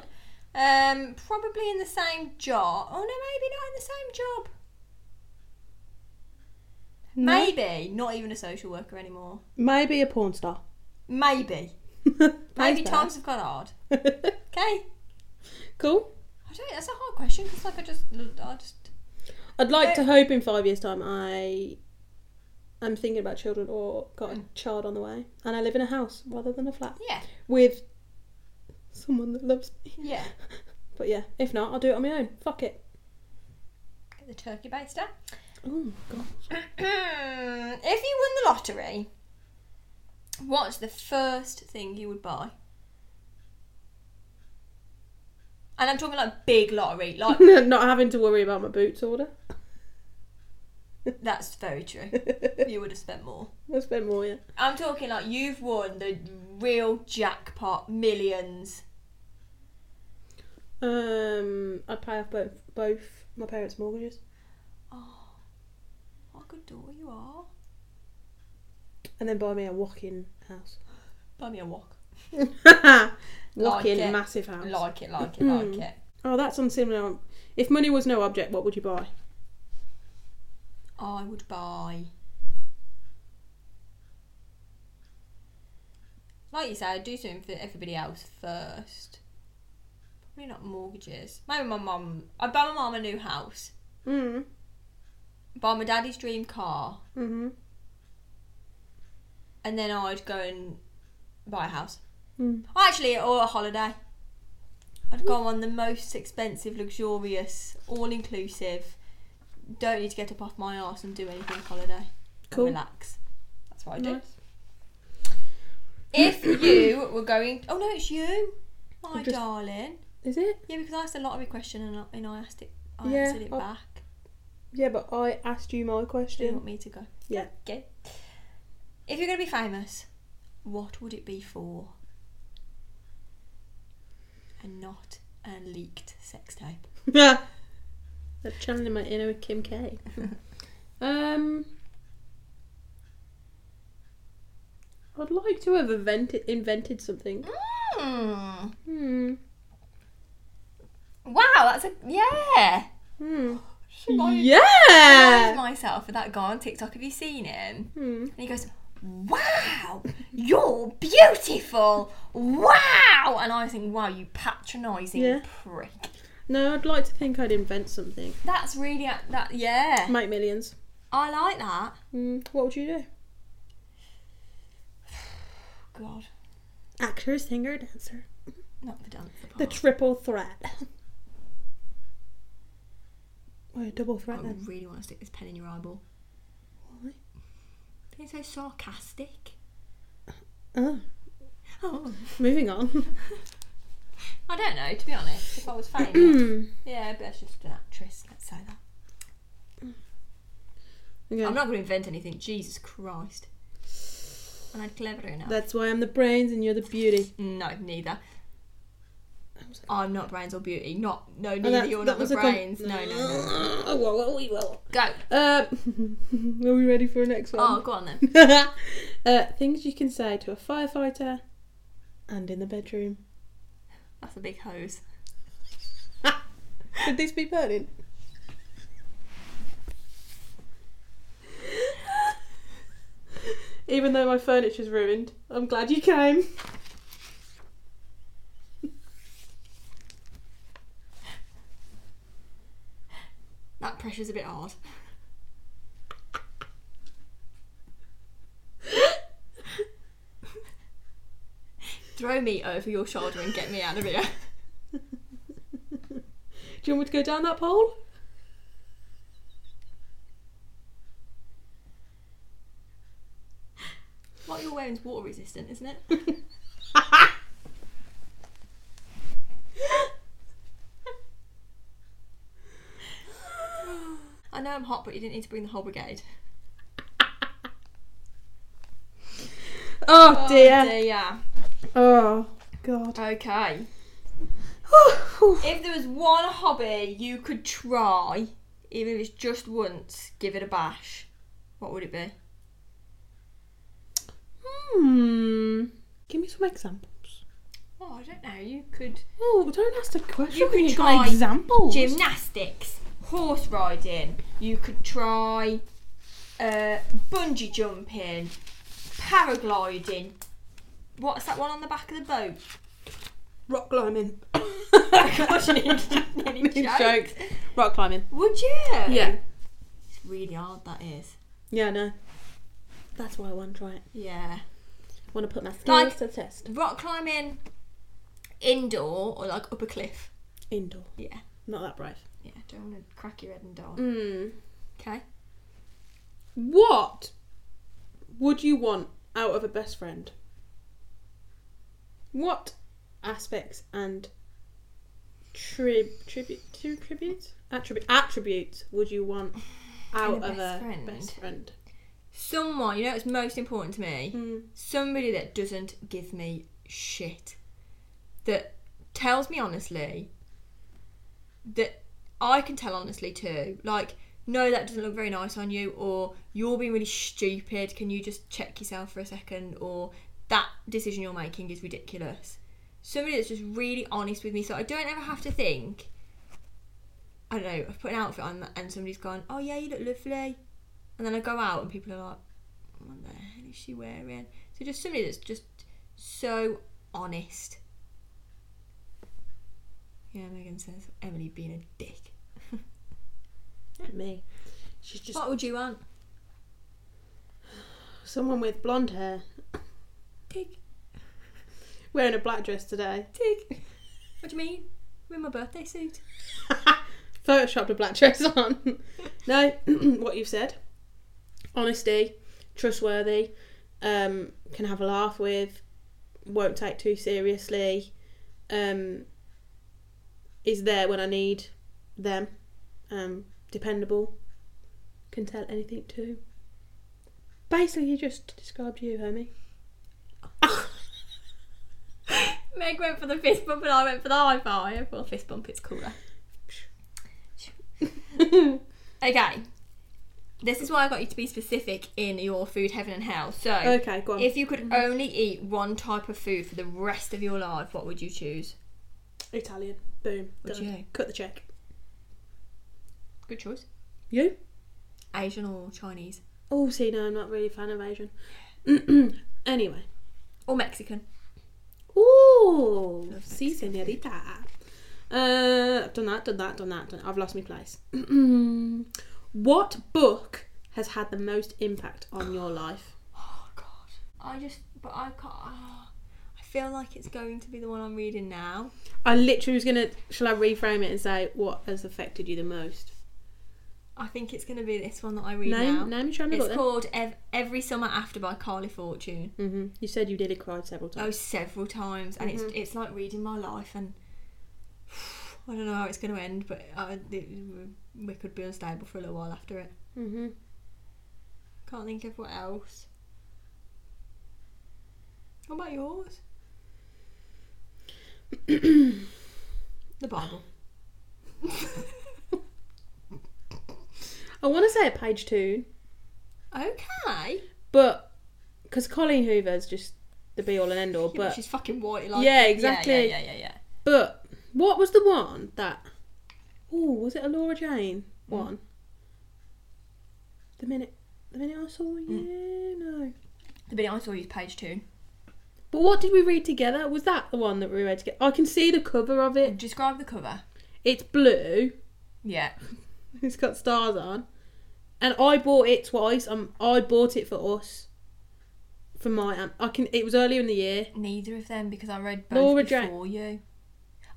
C: Um, probably in the same job. Oh no, maybe not in the same job.
D: May-
C: Maybe not even a social worker anymore.
D: Maybe a porn star. (laughs)
C: Maybe. Maybe times have got hard.
D: time.
C: Okay.
D: (laughs) cool.
C: I don't. That's a hard question because like I just, I just.
D: I'd like to hope in five years' time I am thinking about children or got
C: Mm.
D: a child on the way, and I live in a house rather than a flat
C: Yeah.
D: with someone that loves me.
C: Yeah.
D: (laughs) But yeah, if not, I'll do it on my own. Fuck it.
C: Get the turkey baster. (clears throat)
D: (laughs) Oh god.
C: if you won the lottery, what's the first thing you would buy? And I'm talking like big lottery. Like (laughs)
D: not having to worry about my boots order. (laughs)
C: that's very true. You would have spent more.
D: I spend more. Yeah.
C: I'm talking like you've won the real jackpot, millions.
D: Um, I'd pay off both both my parents' mortgages,
C: Oh, what a good daughter you are.
D: and then buy me a walk-in
C: (laughs)
D: house.
C: Buy me a wok.
D: walk-in
C: it.
D: massive house.
C: Like it, like it, like it.
D: Oh, that's unsimilar. If money was no object, what would you buy?
C: I would buy. Like you said, I'd do something for everybody else first. Probably not mortgages. Maybe my mum. I'd buy my mum a new house. Hmm.
D: Mm.
C: Buy my daddy's dream car.
D: Mm-hmm.
C: And then I'd go and buy a house.
D: Mm.
C: Or Oh, Actually, or a holiday. I'd go on the most expensive, luxurious, all inclusive, don't need to get up off my arse and do anything holiday.
D: Cool.
C: And relax. That's what I do. If you were going, oh no, it's you, my
D: I'm just-
C: darling.
D: Is it?
C: Yeah, because I asked a lottery question and I, and I asked it. I
D: Yeah, oh,
C: answered it
D: I-
C: back.
D: Yeah, but I asked you my
C: Do you
D: question.
C: want me to go?
D: Yeah.
C: Okay. If you're going to be famous, what would it be for? And not a leaked sex tape.
D: (laughs) I'm channeling my inner Kim K. (laughs) um, I'd like to have invented invented something.
C: Mm.
D: Hmm.
C: Wow, that's a yeah.
D: Hmm.
C: Should I I
D: Yeah.
C: myself with that guy on TikTok. Have you seen him?
D: Hmm.
C: And he goes, Wow, you're beautiful. Wow. And I think, Wow, you patronising
D: Yeah.
C: prick.
D: No, I'd like to think I'd invent something.
C: That's really, a- that, yeah.
D: Make millions.
C: I like that.
D: Hmm. What would you do?
C: God,
D: Actor, singer, dancer.
C: not for dance.
D: The triple threat. Or a double
C: I
D: threat then.
C: really want to stick this pen in your eyeball.
D: Why?
C: Being so sarcastic.
D: Oh,
C: Oh.
D: moving on.
C: I don't know, to be honest. If I was famous,
D: (clears throat)
C: yeah, but that's just an actress. Let's say that.
D: Yeah.
C: I'm not going to invent anything. Jesus Christ. And I'm clever enough.
D: That's why I'm the brains and you're the beauty.
C: No, neither.
D: That was
C: I'm not brains or beauty. Not no,
D: Oh,
C: neither
D: that-
C: you're
D: that
C: not the
D: was a com-
C: brains. No, no, no.
D: (laughs) Oh, whoa, whoa, whoa, whoa.
C: Go.
D: Uh, (laughs) are we ready for our next
C: Oh,
D: one?
C: go on
D: (laughs)
C: then.
D: uh, things you can say to a firefighter and in the bedroom.
C: That's a big hose.
D: Could this
C: (laughs)
D: be burning? Even though my furniture's ruined, I'm glad you came.
C: That pressure's a bit hard. (laughs) Throw me over your shoulder and get me out of here. (laughs)
D: Do you want me to go down that pole?
C: What you're wearing's water resistant, isn't it? I know I'm hot, but you didn't need to bring the whole brigade.
D: (laughs) Oh,
C: Oh,
D: dear.
C: dear.
D: Oh god. (sighs)
C: Okay. If there was one hobby you could try, even if it's just once, give it a bash, what would it be?
D: hmm. Give me some examples.
C: Oh, I don't know. You could
D: Oh, don't ask the question.
C: You
D: when
C: could
D: you've got
C: try
D: examples.
C: gymnastics, horse riding. You could try uh, bungee jumping, paragliding. What's that one on the back of the (laughs) boat?
D: Rock (laughs) climbing.
C: Gosh, any- (laughs) any jokes?
D: jokes. Rock climbing.
C: Would you?
D: Yeah.
C: It's really hard. That is.
D: Yeah, no. That's why I want to try it.
C: Yeah.
D: I want to put my skills
C: Like-
D: to the test.
C: Rock climbing, indoor or like up a cliff.
D: Indoor.
C: Yeah.
D: Not that brave.
C: Yeah. Don't want to crack your head and die.
D: Mm.
C: Okay.
D: What would you want out of a best friend? What aspects and tri- tribute tri- tributes attribute attributes would
C: (sighs)
D: you want out
C: a
D: of
C: best
D: a
C: friend?
D: best friend?
C: Someone you know it's most important to me.
D: Mm.
C: somebody that doesn't give me shit that tells me honestly that i can tell honestly too like no that doesn't look very nice on you or you're being really stupid can you just check yourself for a second or that decision you're making is ridiculous somebody that's just really honest with me so i don't ever have to think i don't know i've put an outfit on and somebody's gone oh yeah you look lovely and then i go out and people are like what the hell is she wearing? So just somebody that's just so honest. Yeah, Megan says Emily being a dick.
D: Me. She's just
C: what would you want?
D: someone with blonde hair
C: Dick,
D: wearing a black dress today.
C: dick. What do you mean? I'm in my birthday suit.
D: (laughs) photoshopped a black dress on. (laughs) no, (clears throat) what you've said. Honesty, trustworthy, um, can have a laugh with, won't take too seriously, um, is there when I need them, um, dependable, can (laughs) tell anything to. Basically, you just described you, Hermie.
C: Meg went for the fist bump and I went for the high five. Well, fist bump is cooler. Okay. This is why I got you to be specific in your food heaven and hell. So,
D: Okay, go on.
C: if you could only eat one type of food for the rest of your life, what would you choose?
D: Italian. Boom.
C: Would
D: Done.
C: you?
D: Cut the check.
C: Good choice.
D: You?
C: Asian or Chinese?
D: Oh, see, no, I'm not really a fan of Asian. (clears throat) anyway.
C: Or Mexican?
D: Ooh,
C: Love
D: si, senorita. Uh, I've done that, done that, done that, done I've lost my place. (clears throat) what book has had the most impact on your life?
C: Oh, God. I just, but I can't. ah. I feel like it's going to be the one I'm reading now.
D: I literally was gonna. Shall I reframe it and say what has affected you the most?
C: I think it's going to be this one that I read
D: Name,
C: now.
D: name, trying to
C: It's
D: go
C: called Ev- Every Summer After by Carly Fortune.
D: there. hmm You said you nearly cried several
C: Oh,
D: times.
C: several times, and it's it's like reading my life, and (sighs) I don't know how it's going to end, but I, it, we could be unstable for a little while after it.
D: Mm-hmm.
C: Can't think of what else. What about
D: (coughs)
C: yours? the
D: (laughs)
C: Bible.
D: I want to say a page two,
C: Okay.
D: but because Colleen Hoover's just the be all and end all.
C: Yeah, but
D: But
C: she's fucking white. Like
D: Yeah, exactly.
C: Yeah, yeah, yeah, yeah.
D: but what was the one that? Oh, was it a Laura Jane
C: Mm.
D: one? The minute, the minute I saw you,
C: Mm.
D: no.
C: The bit I saw you was page two.
D: But what did we read together? Was that the one that we read together? I can see the cover of it.
C: Describe the cover.
D: It's blue. (laughs)
C: Yeah.
D: It's got stars on. And I bought it twice. Um, I bought it for us. For my aunt. I can. It was earlier in the year.
C: Neither of them because I read both
D: Laura Jane-
C: before you.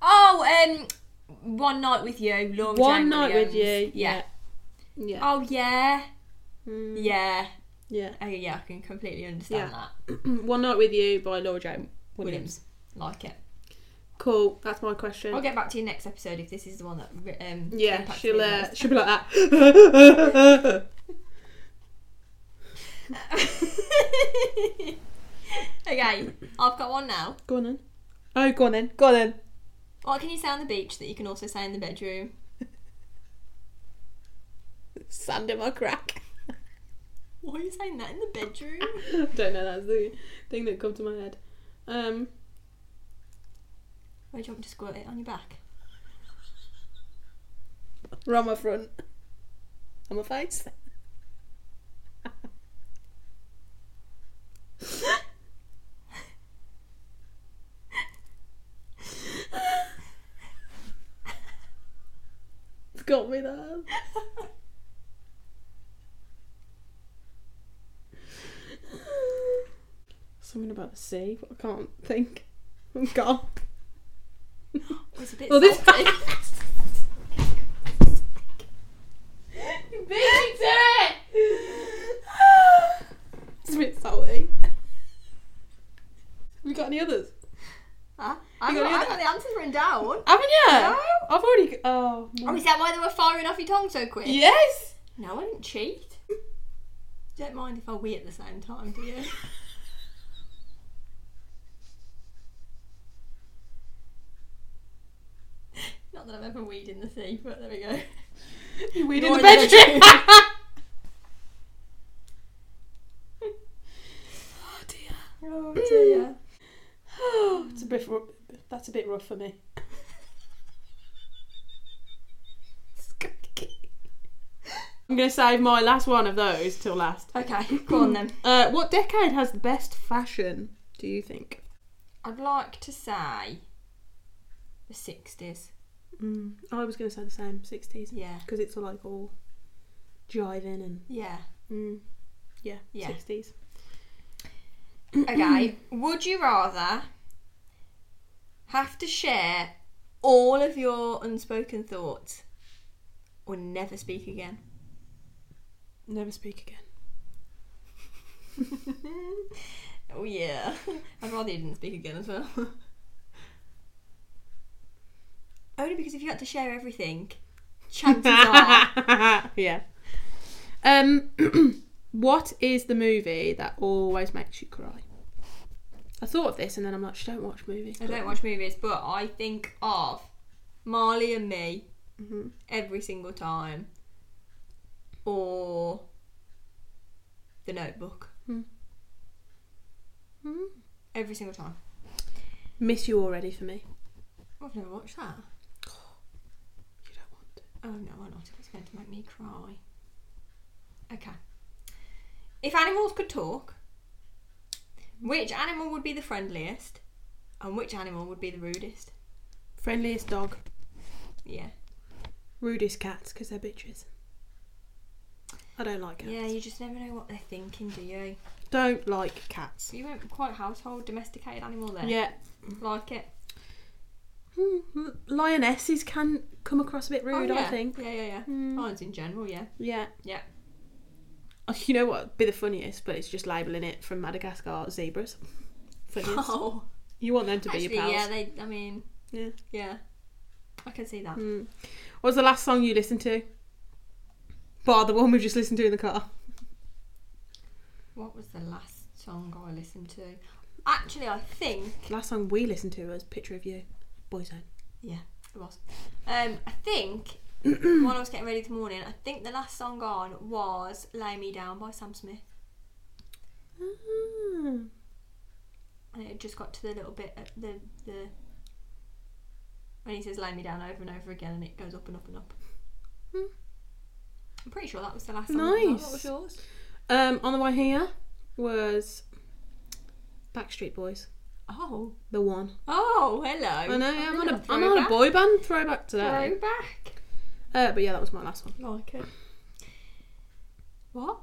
C: Oh, um, one night with you, Laura.
D: One
C: Jane
D: night with you.
C: Williams.
D: Yeah. Yeah.
C: Oh yeah.
D: Mm,
C: Yeah.
D: yeah. (clears throat)
C: Oh yeah. I can completely understand that.
D: One night with you by Laura Jane Williams.
C: Williams. Like it.
D: Cool. That's my question.
C: I'll get back to you next episode if this is the one that re- um
D: Yeah.
C: impacts
D: She'll.
C: me the
D: Uh,
C: most.
D: she'll be like that. (laughs)
C: (laughs) okay, I've got one now.
D: go on then. Oh, go on then. Go on then.
C: What can you say on the beach that you can also say in the bedroom?
D: Sand in my crack. (laughs)
C: Why are you saying that in the bedroom?
D: Don't know. That's the thing that come to my head. Um.
C: Where do you want me to squirt it on your (laughs) back?
D: Or on my front. On my face. (laughs) it's got me there. Something about the sea, but I can't think. I'm gone.
C: Oh, it's a bit
D: Well, this- (laughs)
C: salty. (laughs)
D: It's a bit salty. Have you got any others?
C: Huh? I
D: You
C: got,
D: got
C: I
D: it?
C: got the answers written down.
D: Haven't you?
C: No.
D: I've already. Oh.
C: Oh,
D: my-
C: is that why they were firing off your tongue so quick?
D: Yes.
C: No, I didn't cheat. (laughs) Don't mind if I wee at the same time, do you? (laughs) Not that I've ever weed in the sea, but there we (laughs) go.
D: You weed in
C: You're
D: the
C: in the
D: bedroom. (laughs) oh dear.
C: Oh dear.
D: Oh, (sighs) it's a bit. Rough. That's a bit rough for me. I'm gonna save my last one of those till last.
C: okay, go on then.
D: Uh, what decade has the best fashion? Do you think?
C: I'd like to say the sixties.
D: Mm, I was gonna say the same, sixties,
C: Yeah.
D: because it's all like all jiving and
C: Yeah.
D: mm, yeah,
C: Yeah.
D: sixties.
C: Okay. Would you rather have to share all of your unspoken thoughts or never speak again?
D: Never speak (laughs) again.
C: Oh yeah. (laughs) I'd rather you didn't speak again as well. (laughs) Only because if you had to share everything,
D: (laughs)
C: chances are
D: yeah. (clears throat) Um, what is the movie that always makes you cry? I thought of this and then I'm like, she don't watch movies.
C: I don't watch movies, but I think of Marley and Me
D: Mm-hmm.
C: every single time, or The Notebook
D: Hmm.
C: every single time.
D: Miss You Already for me.
C: I've never watched that.
D: You don't want to.
C: Oh no, I'm not. It was going to make me cry. Okay. If animals could talk, which animal would be the friendliest, and which animal would be the rudest?
D: Friendliest dog,
C: Yeah.
D: rudest cats because they're bitches. I don't like cats.
C: Yeah, you just never know what they're thinking, do you?
D: Don't like cats.
C: You went quite household domesticated animal then.
D: Yeah.
C: Like it.
D: Mm, Lionesses can come across a bit rude,
C: Oh, yeah.
D: I think.
C: Yeah, yeah, yeah.
D: Mm.
C: Lions in general, yeah.
D: Yeah.
C: Yeah.
D: Oh, You know what would be the funniest, but it's just labelling it from Madagascar zebras.
C: (laughs)
D: Funniest.
C: Oh.
D: You want them to be
C: Actually,
D: your pals.
C: yeah, they, I mean,
D: Yeah.
C: yeah. I can see that.
D: Mm. What was the last song you listened to? Bar the one we just listened to in the car.
C: What was the last song I listened to? Actually, I think
D: The last song we listened to was Picture of You, Boyzone.
C: It was. Um, I think (clears throat) while I was getting ready this morning, I think the last song on was "Lay Me Down" by Sam Smith,
D: Ah.
C: and it just got to the little bit at the the when he says "Lay Me Down" over and over again, and it goes up and up and up.
D: Hmm.
C: I'm pretty sure that was the last song. that was on. What
D: Nice.
C: was yours?
D: Um, on the way here was Backstreet Boys,
C: Oh,
D: the one.
C: oh, hello.
D: I know, yeah, I'm on a, I'm on a
C: throwback.
D: boy band throwback today.
C: Throwback.
D: Uh, but yeah, that was my last one.
B: Like it.
C: What?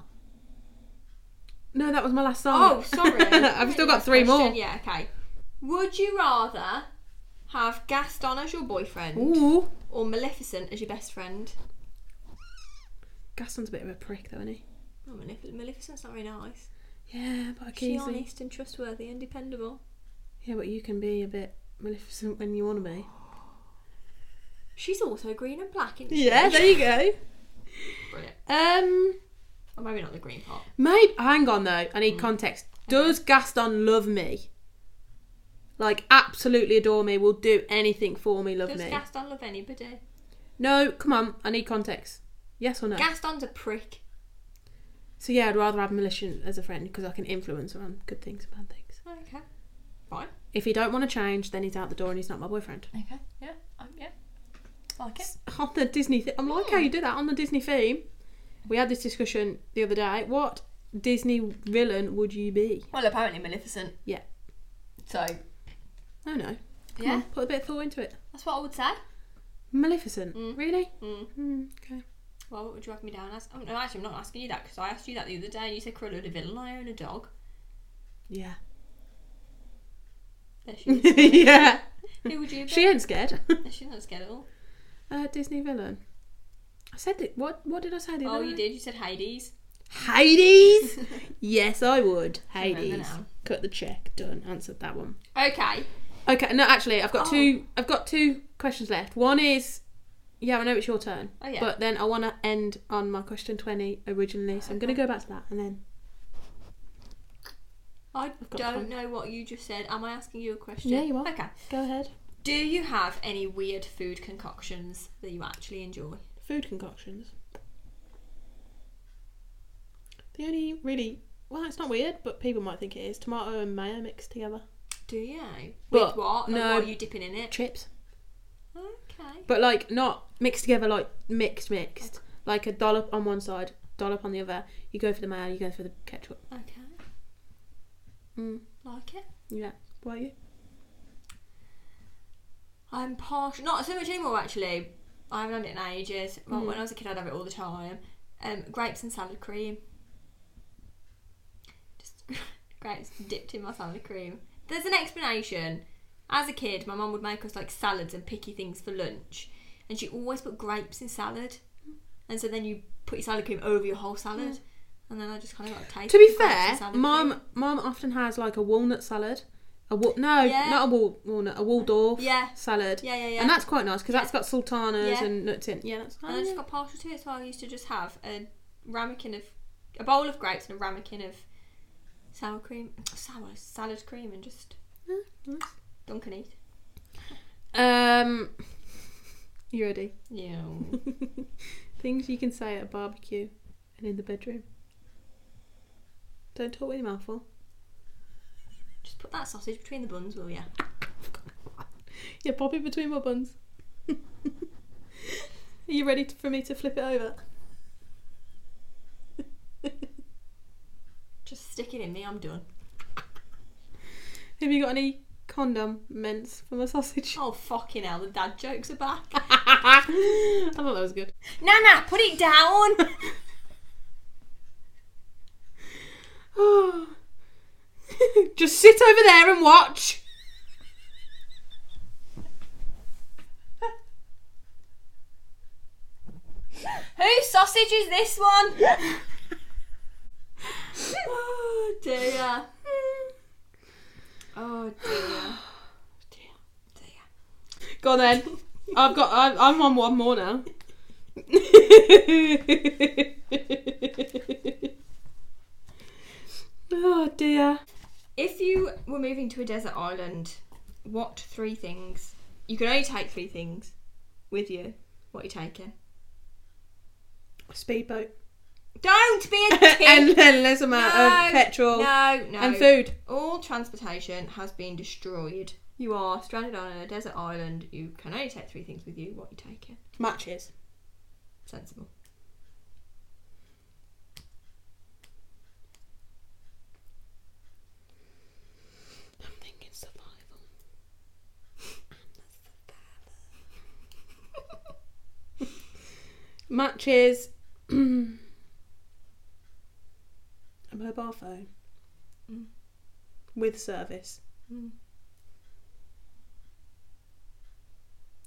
D: No, that was my last song.
C: Oh,
B: (laughs)
C: sorry.
D: (laughs) I've still got
C: Next
D: three
C: question.
D: more.
C: Yeah, okay. Would you rather have Gaston as your boyfriend
D: Ooh.
C: or Maleficent as your best friend?
D: Gaston's a bit of a prick, though, isn't he?
C: Oh, Malef- Maleficent's not very nice.
D: Yeah, but I
C: She's
D: can easily-
C: honest and trustworthy and dependable.
D: Yeah, but you can be a bit maleficent when you want to be.
C: She's also green and black, isn't she?
D: Yeah, there you go.
C: Brilliant.
D: (laughs) Um,
C: Or maybe not the green part.
D: Maybe hang on though. I need
C: Mm.
D: context. Does Gaston love me? Like absolutely adore me. Will do anything for me. Love
C: Does
D: me.
C: Gaston love anybody?
D: no, come on. I need context. Yes or no?
C: Gaston's a prick.
D: so yeah, I'd rather have Militia as a friend because I can influence her on good things and bad things.
C: Okay. Fine.
D: If he don't want to change, then he's out the door and he's not my boyfriend.
B: Okay. Yeah. Um, yeah. Like it.
D: (laughs) On the Disney, th- I'm like
C: Hmm.
D: how you do that on the Disney theme. We had this discussion the other day. What Disney villain would you be?
B: Well, apparently Maleficent.
D: Yeah.
B: So.
D: Oh no. Come
B: Yeah.
D: on, put a bit of thought into it.
B: That's what I would say.
D: Maleficent. Really?
C: Mm.
D: Mm, okay.
C: Well, what would you have me down as? Oh, no, actually, I'm not asking you that because I asked you that the other day and you said Cruella de Vil and I own a dog.
D: Yeah.
C: There she is.
D: (laughs) yeah.
C: Who would you be?
D: She ain't scared.
C: She's not scared at all.
D: (laughs) uh, Disney villain. I said it. What? What did I say?
C: Oh,
D: I?
C: you did. You said Hades. (laughs)
D: Hades. (laughs) yes, I would.
C: Remember
D: Hades.
C: now.
D: Cut the check. Done. Answered that one.
C: Okay.
D: Okay. No, actually, I've got
C: Oh.
D: two. I've got two questions left. One is. Yeah, I know it's your turn.
C: Oh, yeah.
D: But then I want to end on my question twenty originally, so I'm going to go back to that and then.
C: I
D: got
C: don't
D: one.
C: know what you just said. Am I asking you a question?
D: Yeah, you are.
C: Okay.
D: Go ahead.
C: Do you have any weird food concoctions that you actually enjoy?
D: Food concoctions. The only really well, it's not weird, but people might think it is tomato and mayo mixed together.
C: Do you? With
D: But,
C: what?
D: no.
C: And what are you dipping in it?
D: Chips,
C: Okay.
D: but like not mixed together, like mixed mixed, like a dollop on one side, dollop on the other. You go for the mayo, you go for the ketchup.
C: Okay.
D: Mm.
C: Like it?
D: Yeah, why you?
C: I'm partial. Not so much anymore, actually. I haven't had it in ages. Well,
D: Hmm.
C: when I was a kid, I'd have it all the time. Um, grapes and salad cream. Just (laughs) grapes dipped in my salad cream. There's an explanation. As a kid, my mum would make us like salads and picky things for lunch, and she always put grapes in salad, and so then you put your salad cream over your whole salad, and then I just kind of got a taste.
D: Hmm. To be
C: of grapes and
D: fair,
C: salad cream.
D: mum mum often has like a walnut salad, a wa- no,
C: Yeah.
D: not a wal- walnut, a Waldorf
C: Yeah.
D: salad,
C: Yeah, yeah, yeah.
D: and that's quite nice because that's got sultanas
C: Yeah.
D: and nuts in. Yeah, that's
C: And I just got partial to it, so I used to just have a ramekin of a bowl of grapes and a ramekin of sour cream, sour salad cream, and just dunk and eat.
D: Um, you ready? (laughs)
C: Yeah.
D: Things you can say at a barbecue and in the bedroom. Don't talk with your mouth full.
C: just put that sausage between the buns, will ya?
D: Yeah, pop it between my buns. (laughs) Are you ready to, for me to flip it over?
C: Just stick it in me. I'm done.
D: Have you got any condom mints for
C: (laughs)
D: my sausage? (laughs)
C: Oh fucking hell! The dad jokes are (laughs) back.
D: I thought that was good. (laughs) (sighs)
C: Nana, put it down.
D: Just sit over there and watch. (laughs)
C: Whose sausage is this one? (laughs) oh (laughs) dear. Oh (sighs) dear.
D: Go on then. I've got. I'm, I'm on one more now. oh dear.
C: If you were moving to a desert island, what three things? You can only take three things with you. What are you taking?
D: Speedboat.
C: Don't be
D: (laughs)
C: a dick.
D: and (laughs) endless amount
C: No,
D: of petrol
C: No, no.
D: and food.
C: All transportation has been destroyed. You are stranded on a desert island. You can only take three things with you. What are you taking?
D: Matches.
C: Sensible.
D: I'm thinking survival. (laughs) Matches. (clears throat) a mobile phone.
C: Mm.
D: With service.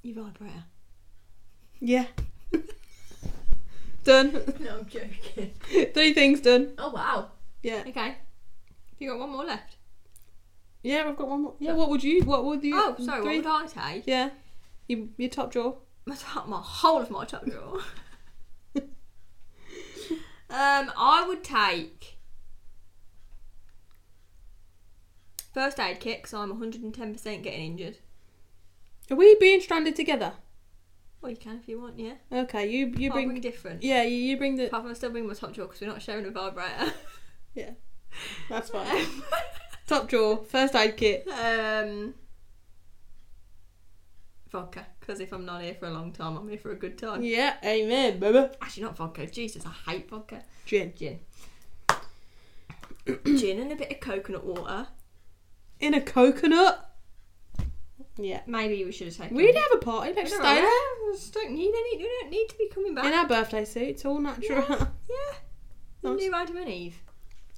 C: Your vibrator.
D: Yeah. (laughs) done.
C: (laughs)
D: (laughs)
C: No, I'm joking.
D: Three things done.
C: Oh wow.
D: Yeah.
C: Okay. Have you got one more left?
D: Yeah, I've got one more. Yeah, what would you? What would you?
C: Oh, sorry.
D: three-
C: What would I take?
D: Yeah. Your, your top drawer.
C: (laughs) My top, my whole of my top drawer. (laughs) um, I would take first aid kit because I'm 110% getting injured.
D: Are we being stranded together? Oh,
C: Well, you can if you want, yeah.
D: Okay, you you
C: Can't
D: bring.
C: bring different.
D: Yeah, you, you bring the.
C: Apart from I still bring my top drawer because we're not sharing a vibrator.
D: Yeah. That's (laughs) fine. top drawer, first aid
C: (laughs)
D: kit.
C: um, vodka because if I'm not here for a long time, I'm here for a good time.
D: Yeah, amen, baby.
C: Actually, not vodka. Jesus, I hate vodka.
D: Gin.
C: Gin. Gin and a bit of coconut water.
D: In a coconut. Yeah.
C: Maybe we should have taken.
D: We'd have a party. Let's
C: We
D: stay
C: don't
D: there.
C: know. We just don't need any. We don't need to be coming back.
D: In our birthday suits, all natural.
C: yeah.
D: Nice.
C: New Adam and Eve.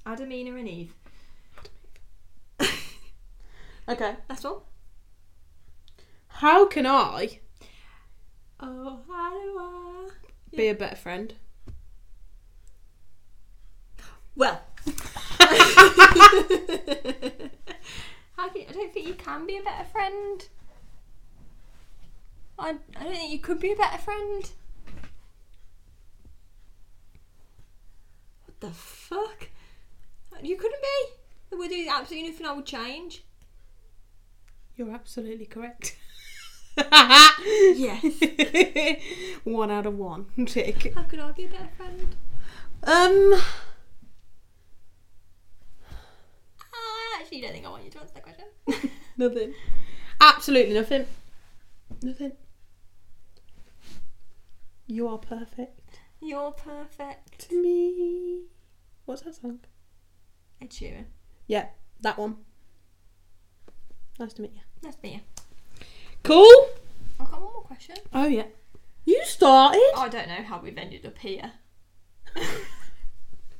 C: Adamina and Eve.
D: (laughs) okay.
C: (laughs) That's all.
D: How can I
C: Oh, how do I?
D: be a better friend?
C: Well. (laughs) How can, I don't think you can be a better friend. I, I don't think you could be a better friend. What the fuck? You couldn't be. There would be absolutely nothing I would change.
D: You're absolutely correct. (laughs)
C: Yes.
D: one out of one. (laughs) Tick.
C: How could I be a better friend?
D: Um.
C: I actually don't think I want you to answer that (laughs) question.
D: Nothing. Absolutely nothing. Nothing. You are perfect
C: You're perfect.
D: to me. What's that song?
C: Ed Sheeran.
D: Yeah, that one. Nice to meet you.
C: That's me.
D: Cool.
C: I've got one more question.
D: Oh yeah. You started.
C: I don't know how we've ended up here.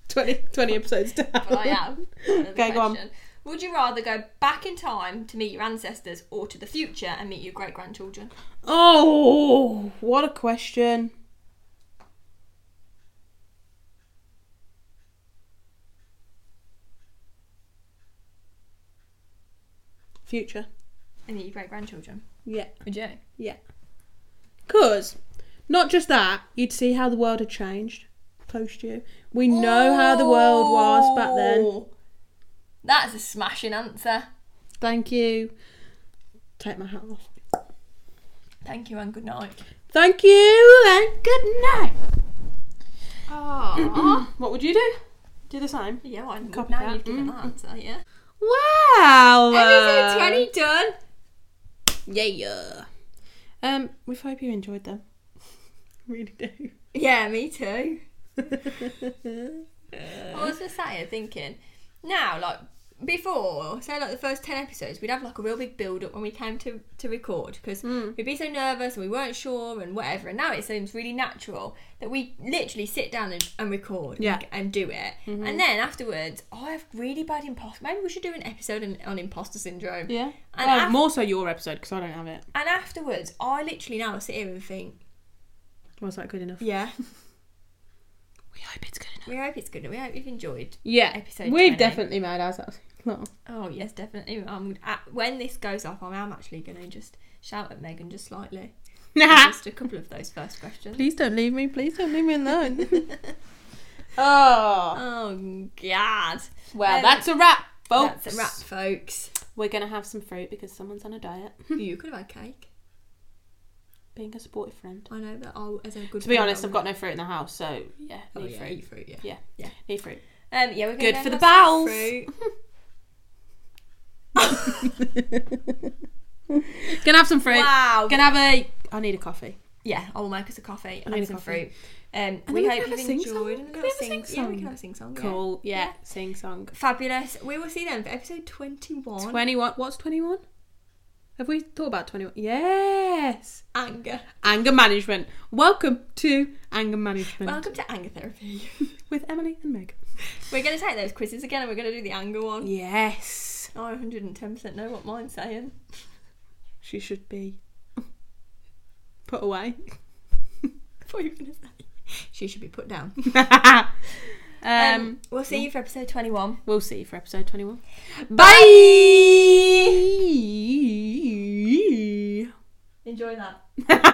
D: 20, 20 episodes down.
C: Well, (laughs) I am.
D: Okay, go on.
C: Would you rather go back in time to meet your ancestors or to the future and meet your great grandchildren?
D: Oh, what a question. Future.
C: And meet your great grandchildren.
D: Yeah.
C: Would you?
D: Yeah. Because, not just that, you'd see how the world Oh. had changed post you. We know how the world was back then.
C: That's a smashing answer.
D: Thank you. Take my hat off.
C: Thank you and good night.
D: Thank you and good night.
C: Oh,
D: Uh-huh. What would you do? Do the same.
C: (laughs) yeah, well,
D: Copycat.
C: now you've given that answer, yeah.
D: Wow.
C: Episode 20 done.
D: Yeah, yeah. Um, we hope you enjoyed them. (laughs) really do.
C: Yeah, me too. I was just sat here thinking, now, like, before, say, like, the first 10 episodes, we'd have, like, a real big build up when we came to, to record because
D: Hmm.
C: we'd be so nervous and we weren't sure and whatever. And now it seems really natural that we literally sit down and, and record
D: Yeah. Mm-hmm.
C: and, and do it. And then afterwards, oh, I have really bad imposter. Maybe we should do an episode on, on imposter syndrome.
D: (laughs) Yeah. Oh,
C: And
D: well,
C: af-
D: more so your episode because I don't have it.
C: And afterwards, I literally now sit here and think,
D: Was that good enough?
C: yeah,
D: We hope it's good
C: (laughs)
D: enough.
C: we hope it's good. We hope you've enjoyed.
D: Yeah.
C: Episode
D: We've
C: 20.
D: definitely made ourselves. (laughs) Well,
C: Oh yes, definitely. I'm, uh, when this goes off, I'm, I'm actually going to just shout at Megan just
D: (laughs)
C: slightly. just a couple of those first questions.
D: Ah. Please don't leave me. Please don't leave me (laughs) alone. oh.
C: Oh God!
D: Well,
C: Um,
D: that's a wrap, folks.
C: That's a wrap, folks.
D: We're going to have some fruit because someone's on a diet.
C: you could have had cake.
D: Being a supportive friend.
C: I know, but I'll, as a good.
D: To be
C: friend,
D: honest,
C: I'll-
D: I've got no fruit in the house, so yeah,
C: Oh,
D: need
C: yeah,
D: fruit.
C: eat fruit. Yeah.
D: Yeah.
C: Yeah.
D: Need fruit. (laughs)
C: Um, yeah, we're gonna
D: Good
C: go
D: for
C: and
D: the
C: have some
D: bowels.
C: fruit.
D: Gonna have some fruit.
C: Wow.
D: Gonna have a. I need a coffee.
C: Yeah, I'll make us a coffee and
D: need
C: have
D: a
C: some fruit.
D: coffee.
C: Um,
D: And
C: we
D: then we
C: hope
D: can have
C: you've
D: a sing-song.
C: enjoyed.
D: Can
C: And
D: we
C: we'll
D: have a
C: sing- Yeah, we can
D: sing-song?
C: have a sing song.
D: Cool. Yeah. Sing song.
C: Fabulous. We will see them for episode 21.
D: Twenty-one. What's twenty-one? Have we thought about twenty-one? Yes.
C: Anger.
D: Anger management. Welcome to anger management
C: Welcome to anger therapy.
D: with Emily and Meg.
C: we're going to take those quizzes again and we're going to do the anger one.
D: Yes.
C: I 110% know what mine's saying. (laughs)
D: She should be (laughs) put away. (laughs)
C: What are you going to say? She should be put down.
D: um,
C: Um, we'll see you for episode 21.
D: we'll see you for episode twenty-one.
C: Bye!
D: Bye. (laughs)
C: Enjoy that.